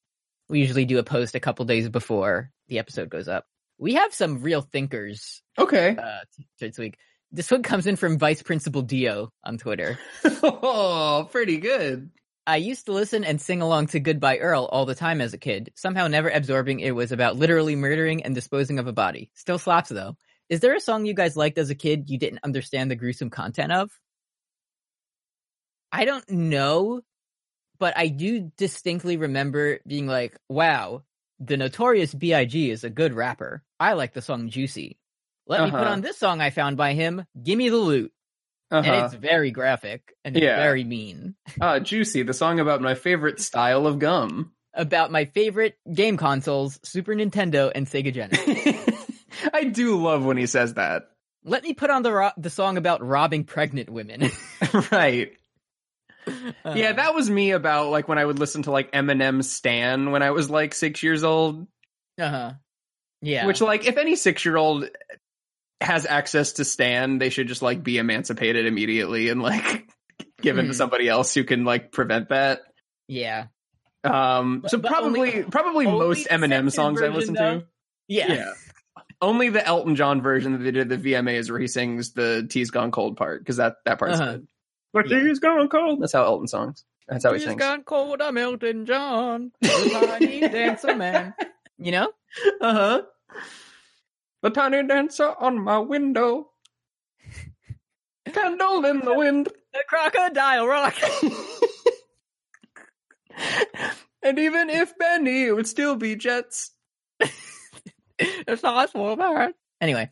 Speaker 2: We usually do a post a couple days before the episode goes up. We have some real thinkers
Speaker 3: Okay.
Speaker 2: uh, t- this week. This one comes in from Vice Principal Dio on Twitter.
Speaker 3: oh, pretty good.
Speaker 2: I used to listen and sing along to Goodbye Earl all the time as a kid, somehow never absorbing it was about literally murdering and disposing of a body. Still slaps though. Is there a song you guys liked as a kid you didn't understand the gruesome content of? I don't know, but I do distinctly remember being like, wow, the notorious B.I.G. is a good rapper. I like the song Juicy. Let me put
Speaker 3: Uh-huh.
Speaker 2: on this song I found by him, Gimme the Loot. And
Speaker 3: Uh-huh.
Speaker 2: it's very graphic and it's
Speaker 3: Yeah.
Speaker 2: very mean
Speaker 3: Ah, Juicy, the song about my favorite style of gum.
Speaker 2: about my favorite game consoles, Super Nintendo and Sega Genesis.
Speaker 3: I do love when he says that.
Speaker 2: Let me put on the ro- the song about robbing pregnant women.
Speaker 3: right.
Speaker 2: Uh,
Speaker 3: yeah, that was me about like when I would listen to like Eminem Stan when I was like six years old.
Speaker 2: uh-huh. Yeah.
Speaker 3: Which like if any six year old has access to Stan, they should just like be emancipated immediately and like given to
Speaker 2: Mhm.
Speaker 3: somebody else who can like prevent that.
Speaker 2: yeah.
Speaker 3: Um
Speaker 2: But-
Speaker 3: so
Speaker 2: but
Speaker 3: probably
Speaker 2: only-
Speaker 3: probably
Speaker 2: only
Speaker 3: most
Speaker 2: the
Speaker 3: Eminem
Speaker 2: censored
Speaker 3: songs I
Speaker 2: version,
Speaker 3: listen
Speaker 2: though?
Speaker 3: to.
Speaker 2: Yeah.
Speaker 3: Only the Elton John version that they did at the VMAs where he sings the Tea's Gone Cold part, because that, that part's
Speaker 2: Uh-huh.
Speaker 3: good. But
Speaker 2: Yeah.
Speaker 3: Tea's Gone Cold. That's how Elton songs. That's how he
Speaker 2: He's
Speaker 3: sings.
Speaker 2: gone cold, I'm Elton John. Tiny dancer man. You know?
Speaker 3: Uh
Speaker 2: uh-huh.
Speaker 3: huh. The tiny dancer on my window. Candle in the wind.
Speaker 2: The crocodile rock.
Speaker 3: And even if Benny, it would still be Jets.
Speaker 2: It's not small part. Anyway.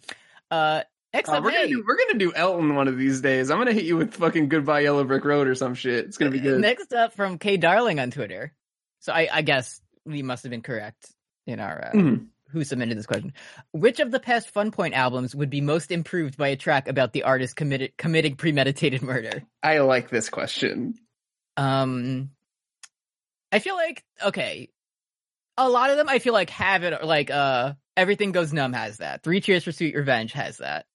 Speaker 2: Uh
Speaker 3: Uh,
Speaker 2: XMA.
Speaker 3: we're, gonna do, we're gonna do Elton one of these days. I'm gonna hit you with fucking Goodbye Yellow Brick Road or some shit. It's gonna be good.
Speaker 2: Uh, Next up from K Darling on Twitter. So I, I guess we must have been correct in our uh,
Speaker 3: Mhm.
Speaker 2: who submitted this question. Which of the past Fun Point albums would be most improved by a track about the artist committed committing premeditated murder?
Speaker 3: I like this question.
Speaker 2: Um, I feel like okay, a lot of them I feel like have it. Or like uh, everything goes numb has that. Three Cheers for Sweet Revenge has that.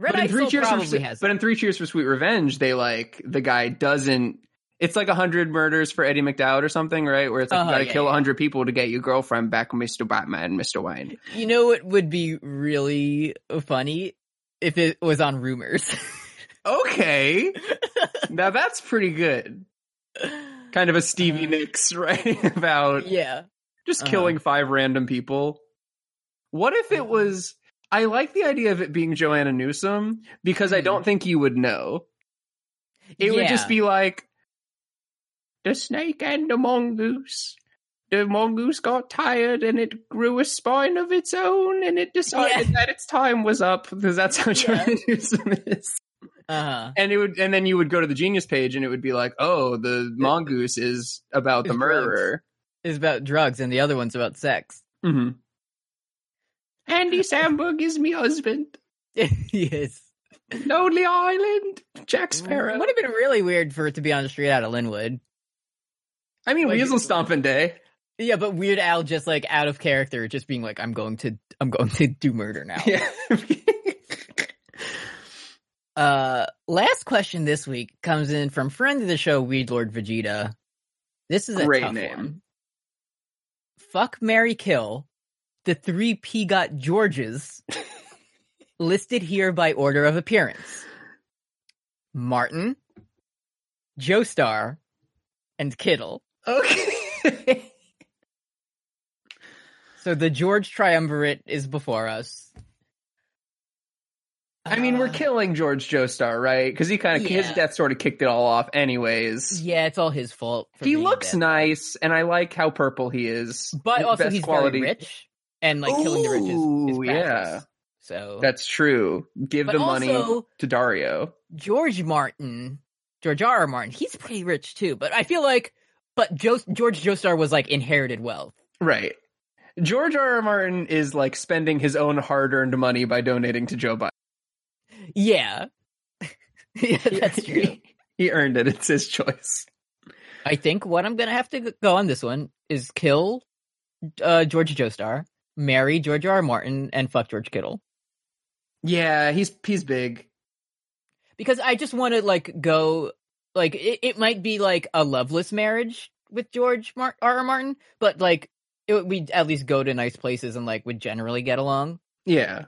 Speaker 2: Red Eye Soul
Speaker 3: Cheers
Speaker 2: probably
Speaker 3: for,
Speaker 2: has.
Speaker 3: but
Speaker 2: that.
Speaker 3: in Three Cheers for Sweet Revenge, they like the guy doesn't. It's like a hundred murders for Eddie McDowd or something, right? Where it's like
Speaker 2: Uh-huh,
Speaker 3: you gotta
Speaker 2: yeah,
Speaker 3: kill a
Speaker 2: yeah.
Speaker 3: hundred people to get your girlfriend back, Mister Batman, Mister Wayne.
Speaker 2: you know what would be really funny if it was on Rumors.
Speaker 3: Okay, now that's pretty good. Kind of a Stevie
Speaker 2: Uh,
Speaker 3: Nicks, right? About
Speaker 2: yeah.
Speaker 3: just
Speaker 2: Uh-huh.
Speaker 3: killing five random people. What if it was? I like the idea of it being Joanna Newsom because I
Speaker 2: Mhm.
Speaker 3: don't think you would know. It would just be like the snake and the mongoose. The mongoose got tired and it grew a spine of its own and it decided that its time was up because that's how
Speaker 2: Yeah.
Speaker 3: Joanna Newsom is.
Speaker 2: uh
Speaker 3: And it would, and then you would go to the genius page and it would be like, oh, the mongoose is about the
Speaker 2: It's
Speaker 3: murderer.
Speaker 2: is about drugs and the other one's about sex.
Speaker 3: hmm
Speaker 4: Andy Samberg is me husband.
Speaker 2: yes.
Speaker 4: Lonely Island.
Speaker 3: Jack Sparrow.
Speaker 2: Would have been really weird for it to be on the straight out of Linwood.
Speaker 3: I mean,
Speaker 2: Like-
Speaker 3: Weasel Stomping Day.
Speaker 2: Yeah, but Weird Al just like out of character, just being like, "I'm going to, I'm going to do murder now."
Speaker 3: Yeah.
Speaker 2: Uh, last question this week comes in from friend of the show, Weed Lord Vegeta. This is a
Speaker 3: Great
Speaker 2: tough
Speaker 3: name.
Speaker 2: one. Fuck Mary Kill, the three P got Georges listed here by order of appearance. Martin, Joestar, and Kittle.
Speaker 3: okay.
Speaker 2: So the George triumvirate is before us.
Speaker 3: I mean, we're
Speaker 2: Uh,
Speaker 3: killing George Joestar, right? Because he kind of his
Speaker 2: Yeah.
Speaker 3: death sort of kicked it all off, anyways.
Speaker 2: Yeah, it's all his fault. for
Speaker 3: he
Speaker 2: being
Speaker 3: looks
Speaker 2: dead.
Speaker 3: nice, and I like how purple he is.
Speaker 2: but
Speaker 3: The
Speaker 2: also
Speaker 3: best
Speaker 2: he's very rich, and like killing the rich is, is
Speaker 3: Ooh,
Speaker 2: practice.
Speaker 3: yeah.
Speaker 2: So
Speaker 3: That's true. Give
Speaker 2: But
Speaker 3: the money
Speaker 2: also-
Speaker 3: to Dario.
Speaker 2: George Martin, George R. R. Martin, he's pretty rich too. But I feel like, but jo- George Joestar was like inherited wealth.
Speaker 3: Right. George R. R. Martin is like spending his own hard earned money by donating to Joe Biden.
Speaker 2: Yeah, yeah, that's true.
Speaker 3: he earned it. It's his choice.
Speaker 2: I think what I'm gonna have to g- go on this one is kill uh, George Joestar, marry George R. R. Martin, and fuck George Kittle.
Speaker 3: Yeah, he's he's big.
Speaker 2: because I just want to like go like it, it might be like a loveless marriage with George Mar- R. R. Martin, but like it would, we'd at least go to nice places and like would generally get along.
Speaker 3: Yeah.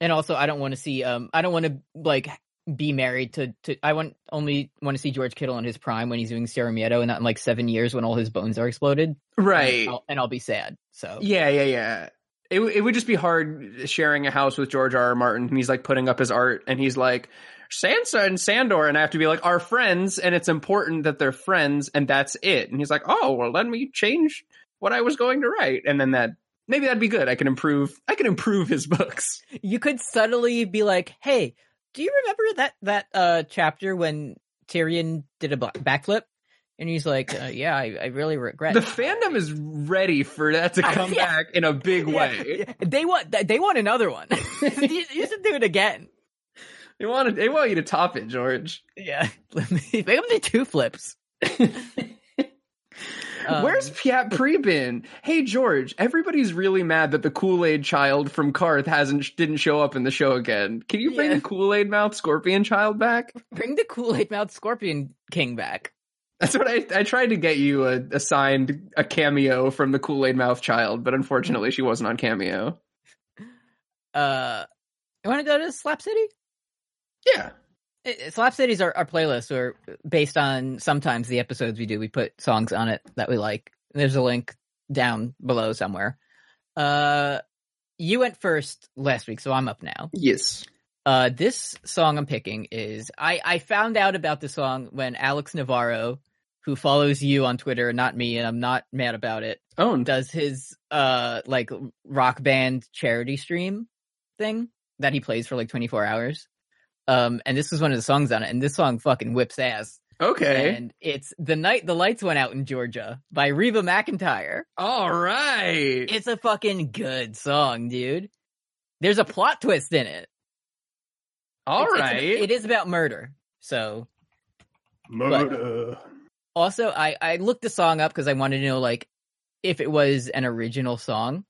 Speaker 2: And also, I don't want to see um I don't want to like be married to to I want only want to see George Kittle in his prime when he's doing Sarah Mieto and not in like seven years when all his bones are exploded.
Speaker 3: Right.
Speaker 2: and I'll, and I'll be sad. So
Speaker 3: Yeah, yeah, yeah. It, w- it would just be hard sharing a house with George R. R. Martin, and he's like putting up his art, and he's like Sansa and Sandor, and I have to be like our friends, and it's important that they're friends, and that's it. And he's like, oh well, let me change what I was going to write, and then that Maybe that'd be good. I can improve. I can improve his books.
Speaker 2: you could subtly be like, "Hey, do you remember that that uh chapter when Tyrion did a bu- backflip?" And he's like, uh, "Yeah, I, I really regret."
Speaker 3: The
Speaker 2: it."
Speaker 3: fandom is ready for that to come
Speaker 2: Yeah.
Speaker 3: back in a big
Speaker 2: Yeah,
Speaker 3: way.
Speaker 2: yeah. They want they want another one. you, you should do it again.
Speaker 3: They want they want you to top it, George.
Speaker 2: Yeah, make them do two flips. Um,
Speaker 3: Where's Piat Pre been? Hey, George. Everybody's really mad that the Kool Aid Child from Karth hasn't didn't show up in the show again. Can you bring
Speaker 2: Yeah.
Speaker 3: the Kool Aid Mouth Scorpion Child back?
Speaker 2: bring the Kool Aid Mouth Scorpion King back?
Speaker 3: That's what I I tried to get you a, assigned a cameo from the Kool Aid Mouth Child, but unfortunately she wasn't on cameo.
Speaker 2: Uh, you want to go to Slap City?
Speaker 3: Yeah,
Speaker 2: It- it- Slap City's our, our playlist, or based on sometimes the episodes we do, we put songs on it that we like. There's a link down below somewhere. Uh, you went first last week, so I'm up now.
Speaker 3: yes.
Speaker 2: Uh, this song I'm picking is I I found out about the song when Alex Navarro, who follows you on Twitter, not me, and I'm not mad about it,
Speaker 3: Owned.
Speaker 2: does his uh like rock band charity stream thing that he plays for like 24 hours. Um, and this was one of the songs on it, and this song fucking whips ass.
Speaker 3: Okay.
Speaker 2: And it's "The Night the Lights Went Out in Georgia" by Reba McIntyre.
Speaker 3: All right.
Speaker 2: It's a fucking good song, dude. There's a plot twist in it.
Speaker 3: All
Speaker 2: It's- it's-
Speaker 3: right.
Speaker 2: it is about murder. So
Speaker 4: Murder.
Speaker 2: also, I I looked the song up because I wanted to know like if it was an original song.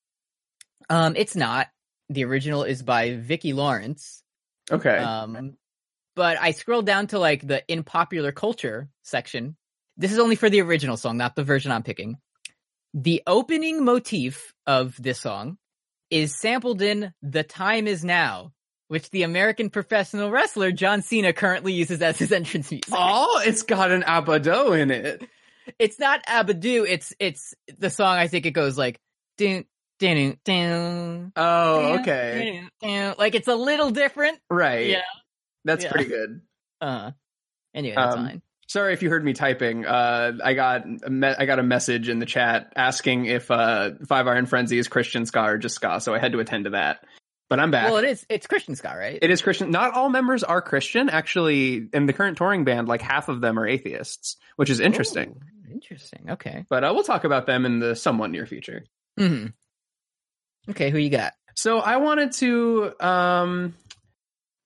Speaker 2: Um, it's not. The original is by Vicki Lawrence.
Speaker 3: okay.
Speaker 2: Um, but I scrolled down to like the in popular culture section. This is only for the original song, not the version I'm picking. The opening motif of this song is sampled in The Time Is Now, which the American professional wrestler John Cena currently uses as his entrance music.
Speaker 3: oh, it's got an abado in it.
Speaker 2: It's not Abadoo, it's it's the song I think it goes like dun dun dun.
Speaker 3: Oh,
Speaker 2: dun,
Speaker 3: okay.
Speaker 2: dun, dun. Like it's a little different.
Speaker 3: Right.
Speaker 2: Yeah.
Speaker 3: That's
Speaker 2: Yeah.
Speaker 3: pretty good.
Speaker 2: Uh anyway, that's
Speaker 3: Um,
Speaker 2: fine.
Speaker 3: Sorry if you heard me typing. Uh, I got a me- I got a message in the chat asking if uh, Five Iron Frenzy is Christian ska or just ska, so I had to attend to that. But I'm back.
Speaker 2: Well, it is. It's Christian ska, right?
Speaker 3: it is Christian. Not all members are Christian. Actually, in the current touring band, like half of them are atheists, which is interesting.
Speaker 2: Ooh, interesting. Okay.
Speaker 3: But uh, we'll talk about them in the somewhat near future.
Speaker 2: hmm Mm-hmm. Okay, who you got?
Speaker 3: So I wanted to. Um,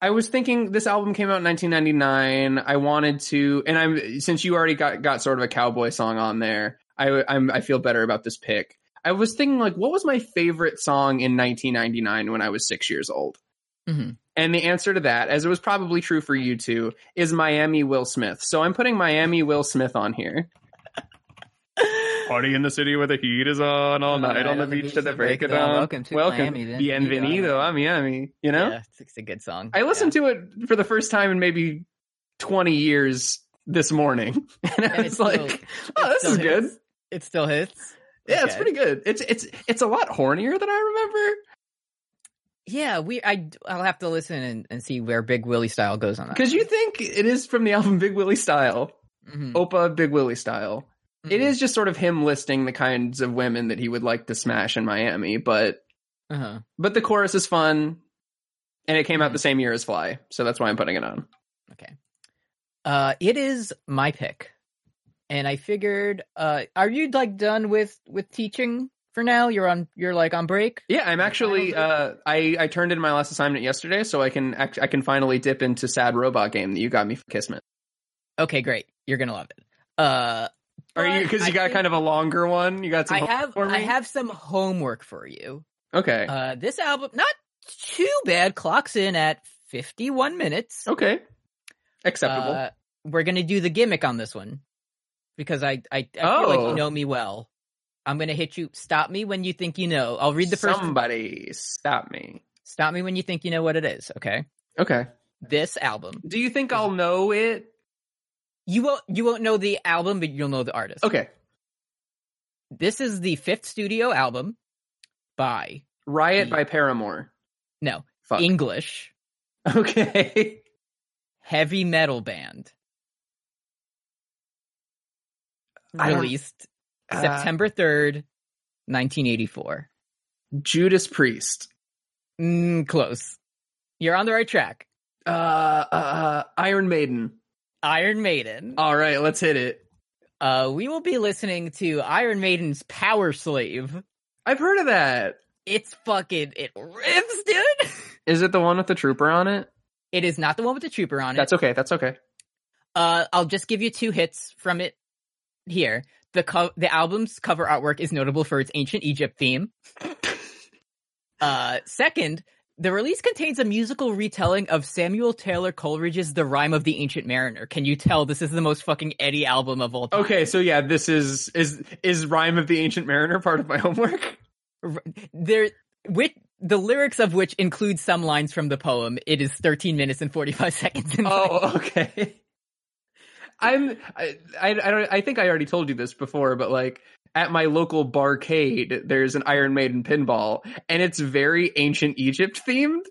Speaker 3: I was thinking this album came out in 1999. I wanted to, and I'm since you already got got sort of a cowboy song on there. I I'm, I feel better about this pick. I was thinking like, what was my favorite song in 1999 when I was six years old?
Speaker 2: Mhm.
Speaker 3: And the answer to that, as it was probably true for you two, is Miami Will Smith. So I'm putting Miami Will Smith on here. Party in the city where the heat is on all night, on, the, beach to the break of dawn.
Speaker 2: Welcome to Miami, then.
Speaker 3: Bienvenido a Miami. You know,
Speaker 2: Yeah, it's, it's a good song.
Speaker 3: I listened to it for the first time in maybe twenty years this morning, and I
Speaker 2: And
Speaker 3: was
Speaker 2: it's
Speaker 3: like,
Speaker 2: still-
Speaker 3: "Oh, this
Speaker 2: still
Speaker 3: is good.
Speaker 2: hits. It still hits.
Speaker 3: Yeah, it's
Speaker 2: Okay.
Speaker 3: pretty good. It's it's it's a lot hornier than I remember
Speaker 2: Yeah, we. I. I'll have to listen and, and see where Big Willie style goes on that.
Speaker 3: because you think it is from the album Big Willie Style,
Speaker 2: Mhm.
Speaker 3: Opa Big Willie Style.
Speaker 2: Mm-hmm.
Speaker 3: It is just sort of him listing the kinds of women that he would like to smash in Miami, but
Speaker 2: Uh-huh.
Speaker 3: but the chorus is fun, and it came
Speaker 2: Mm-hmm.
Speaker 3: out the same year as Fly, so that's why I'm putting it on.
Speaker 2: Uh, it is my pick, and I figured. Uh, are you like done with with teaching for now? You're on. You're like on break.
Speaker 3: Yeah, I'm actually. Uh, I I turned in my last assignment yesterday, so I can act- I can finally dip into Sad Robot Game that you got me for Kismet.
Speaker 2: Okay, great. You're gonna love it. Uh,
Speaker 3: Are you because you got kind of a longer one? You got some.
Speaker 2: I have
Speaker 3: for
Speaker 2: I
Speaker 3: me?
Speaker 2: have some homework for you.
Speaker 3: okay.
Speaker 2: Uh, this album not too bad. Clocks in at fifty one minutes.
Speaker 3: okay. Acceptable.
Speaker 2: Uh, we're gonna do the gimmick on this one because I I, I feel like
Speaker 3: Oh.
Speaker 2: you know me well. I'm gonna hit you. Stop me when you think you know. I'll read the first.
Speaker 3: Somebody stop me.
Speaker 2: Stop me when you think you know what it is. Okay,
Speaker 3: Okay.
Speaker 2: this album
Speaker 3: Do you think I'll know it?
Speaker 2: you won't you won't know the album, but you'll know the artist.
Speaker 3: Okay.
Speaker 2: this is the fifth studio album by
Speaker 3: Riot
Speaker 2: Yeah.
Speaker 3: by Paramore.
Speaker 2: no
Speaker 3: Fuck.
Speaker 2: English
Speaker 3: okay.
Speaker 2: heavy metal band
Speaker 3: I don't-
Speaker 2: released
Speaker 3: Uh,
Speaker 2: September 3rd, 1984.
Speaker 3: Judas Priest.
Speaker 2: Mm, close. You're on the right track.
Speaker 3: Uh, uh, Iron Maiden.
Speaker 2: Iron Maiden.
Speaker 3: All right, let's hit it.
Speaker 2: Uh, we will be listening to Iron Maiden's Power Slave.
Speaker 3: I've heard of that.
Speaker 2: It's fucking it rips, dude.
Speaker 3: Is it the one with the trooper on it?
Speaker 2: It is not the one with the trooper on it.
Speaker 3: That's okay. That's okay.
Speaker 2: Uh, I'll just give you two hits from it here. The co- the album's cover artwork is notable for its ancient Egypt theme. uh, second, the release contains a musical retelling of Samuel Taylor Coleridge's The Rime of the Ancient Mariner. Can you tell this is the most fucking Eddie album of all time?
Speaker 3: Okay, so yeah, this is is is Rhyme of the Ancient Mariner part of my homework?
Speaker 2: There with the lyrics of which include some lines from the poem. It is 13 minutes and 45 seconds in length.
Speaker 3: Oh, okay. I'm I, I I don't I think I already told you this before, but like at my local barcade, there's an Iron Maiden pinball, and it's very ancient Egypt themed.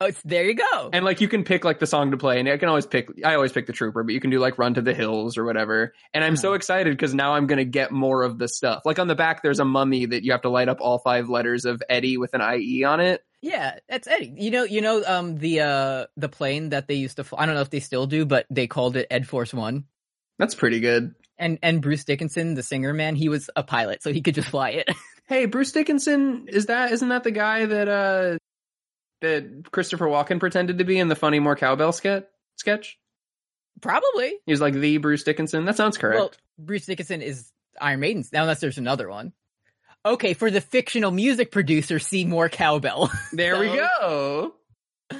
Speaker 2: Oh, it's, there you go.
Speaker 3: And like you can pick like the song to play, and I can always pick. I always pick the Trooper, but you can do like Run to the Hills or whatever. And I'm so excited because now I'm gonna get more of the stuff. Like on the back, there's a mummy that you have to light up all five letters of Eddie with an IE on it.
Speaker 2: Yeah, that's Eddie. You know, you know, um, the uh, the plane that they used to. Fl- I don't know if they still do, but they called it Ed Force One.
Speaker 3: That's pretty good.
Speaker 2: And and Bruce Dickinson, the singer man, he was a pilot, so he could just fly it.
Speaker 3: Hey, Bruce Dickinson, is that isn't that the guy that uh that Christopher Walken pretended to be in the Funny More Cowbell sketch? Sketch.
Speaker 2: Probably.
Speaker 3: He was like the Bruce Dickinson. That sounds correct.
Speaker 2: Well, Bruce Dickinson is Iron Maiden's now, unless there's another one. Okay, for the fictional music producer Seymour Cowbell.
Speaker 3: there we
Speaker 2: so-
Speaker 3: go.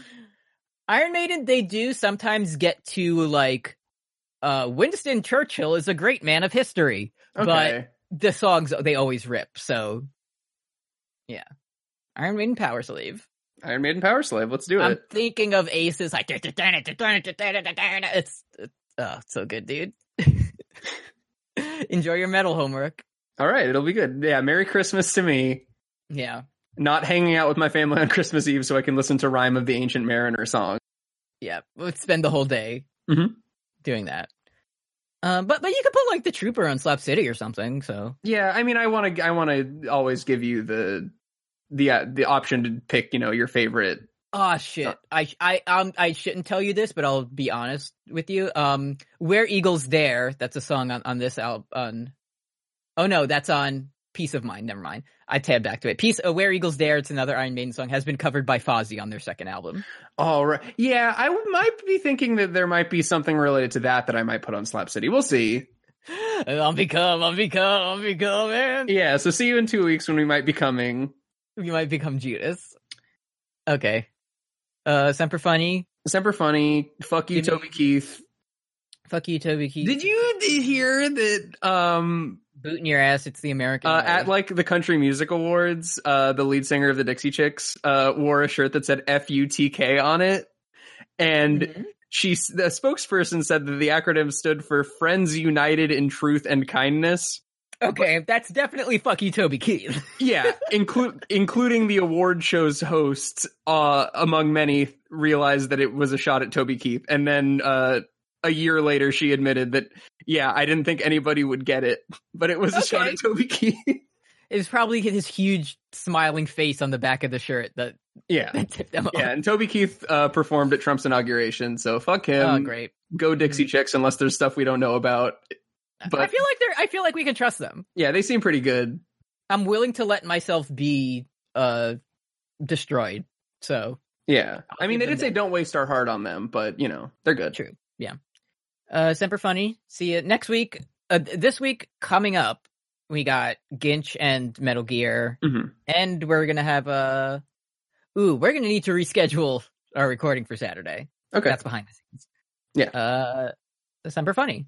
Speaker 2: Iron Maiden, they do sometimes get to like, uh, Winston Churchill is a great man of history, but
Speaker 3: Okay.
Speaker 2: the songs they always rip. So, yeah, Iron Maiden Power Slave.
Speaker 3: Iron Maiden Power Slave. Let's do
Speaker 2: I'm
Speaker 3: it.
Speaker 2: thinking of Aces like it's oh, it's so good, dude. Enjoy your metal homework.
Speaker 3: All right, it'll be good. Yeah, Merry Christmas to me.
Speaker 2: Yeah,
Speaker 3: Not hanging out with my family on Christmas Eve so I can listen to Rhyme of the Ancient Mariner song.
Speaker 2: yeah. Let's spend the whole day
Speaker 3: Mhm.
Speaker 2: doing that. Um, but but you could put like the Trooper on Slap City or something. So
Speaker 3: Yeah, I mean, I want to. I want to always give you the the uh, the option to pick. You know, your favorite.
Speaker 2: Oh shit! I I um I shouldn't tell you this, but I'll be honest with you. Um, "Where Eagles Dare" that's a song on on this album. On, oh no, that's on "Peace of Mind." Never mind. I tab back to it. "Peace," uh, "Where Eagles Dare." It's another Iron Maiden song. Has been covered by Fozzy on their second album.
Speaker 3: All right. Yeah, I w- might be thinking that there might be something related to that that I might put on Slap City. We'll see.
Speaker 2: I'll become, I'll become, I'll become, man.
Speaker 3: Yeah. So see you in two weeks when we might be coming.
Speaker 2: You might become Judas. Okay. Uh, Semper Funny.
Speaker 3: Semper Funny. Fuck you,
Speaker 2: Give me-
Speaker 3: Toby Keith.
Speaker 2: Fuck you, Toby Keith.
Speaker 3: Did you d- hear that? Um,
Speaker 2: booting your ass? It's the American.
Speaker 3: uh,
Speaker 2: way.
Speaker 3: at like the Country Music Awards, uh, the lead singer of the Dixie Chicks uh, wore a shirt that said "FUTK" on it, and
Speaker 2: Mhm.
Speaker 3: she the spokesperson said that the acronym stood for Friends United in Truth and Kindness.
Speaker 2: okay, that's definitely fuck you, Toby Keith.
Speaker 3: Yeah, include including the award show's hosts, uh, among many, realized that it was a shot at Toby Keith, and then uh, a year later, she admitted that yeah, I didn't think anybody would get it, but it was a shot
Speaker 2: Okay.
Speaker 3: at Toby Keith.
Speaker 2: It was probably his huge smiling face on the back of the shirt that,
Speaker 3: yeah.
Speaker 2: that tipped them off.
Speaker 3: Yeah, and Toby Keith uh, performed at Trump's inauguration, so fuck him.
Speaker 2: oh, great!
Speaker 3: Go Dixie Chicks, unless there's stuff we don't know about. but-
Speaker 2: I feel like they're. I feel like we can trust them.
Speaker 3: Yeah, they seem pretty good.
Speaker 2: I'm willing to let myself be uh destroyed. So
Speaker 3: Yeah, I mean, they
Speaker 2: give
Speaker 3: did
Speaker 2: them
Speaker 3: say
Speaker 2: that.
Speaker 3: don't waste our heart on them, but you know they're good.
Speaker 2: true. Yeah. Uh, Semper Funny. See you next week. Uh, th- this week coming up, we got Ginch and Metal Gear,
Speaker 3: Mhm.
Speaker 2: and we're gonna have Uh, ooh, we're gonna need to reschedule our recording for Saturday.
Speaker 3: Okay,
Speaker 2: That's behind the scenes.
Speaker 3: Yeah.
Speaker 2: Uh, Semper Funny.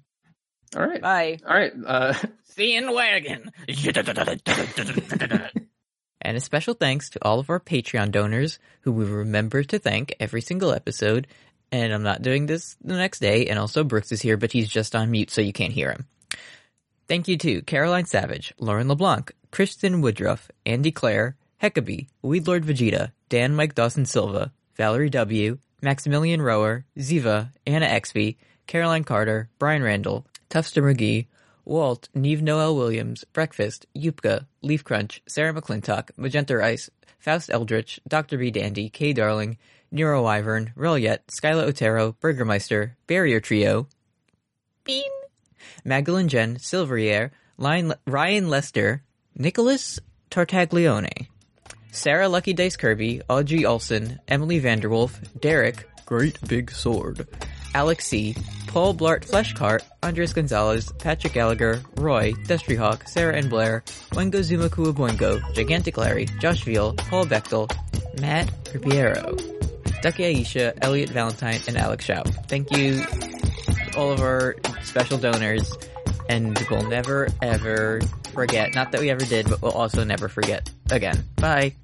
Speaker 3: all right,
Speaker 2: Bye.
Speaker 3: all right. Uh,
Speaker 2: Seeing Wagon. and a special thanks to all of our Patreon donors who we remember to thank every single episode. And I'm not doing this the next day. And also, Brooks is here, but he's just on mute, so you can't hear him. Thank you to Caroline Savage, Lauren LeBlanc, Kristen Woodruff, Andy Clare, Heckabee, Weed Lord Vegeta, Dan Mike Dawson Silva, Valerie W., Maximilian Rower, Ziva, Anna Exby, Caroline Carter, Brian Randall, Tufster McGee, Walt, Neve Noel Williams, Breakfast, Yupka, Leaf Crunch, Sarah McClintock, Magenta Rice, Faust Eldritch, Dr. B. Dandy, Kay Darling, Neuro Wyvern, Reliet, Skyla Otero, Burgermeister, Barrier Trio, Bean, Magdalene Jen, Silverrier, Lion- Ryan Lester, Nicholas Tartaglione, Sarah Lucky Dice Kirby, Audrey Olson, Emily Vanderwolf, Derek, Great Big Sword, Alex C., Paul Blart Fleshcart, Andres Gonzalez, Patrick Gallagher, Roy, Destryhawk, Sarah and Blair, Wengo Zumakua Boingo, Gigantic Larry, Josh Veal, Paul Bechtel, Matt Ribeiro, Ducky Aisha, Elliot Valentine, and Alex Shao. Thank you, all of our special donors, and we'll never ever forget. Not that we ever did, but we'll also never forget again. Bye.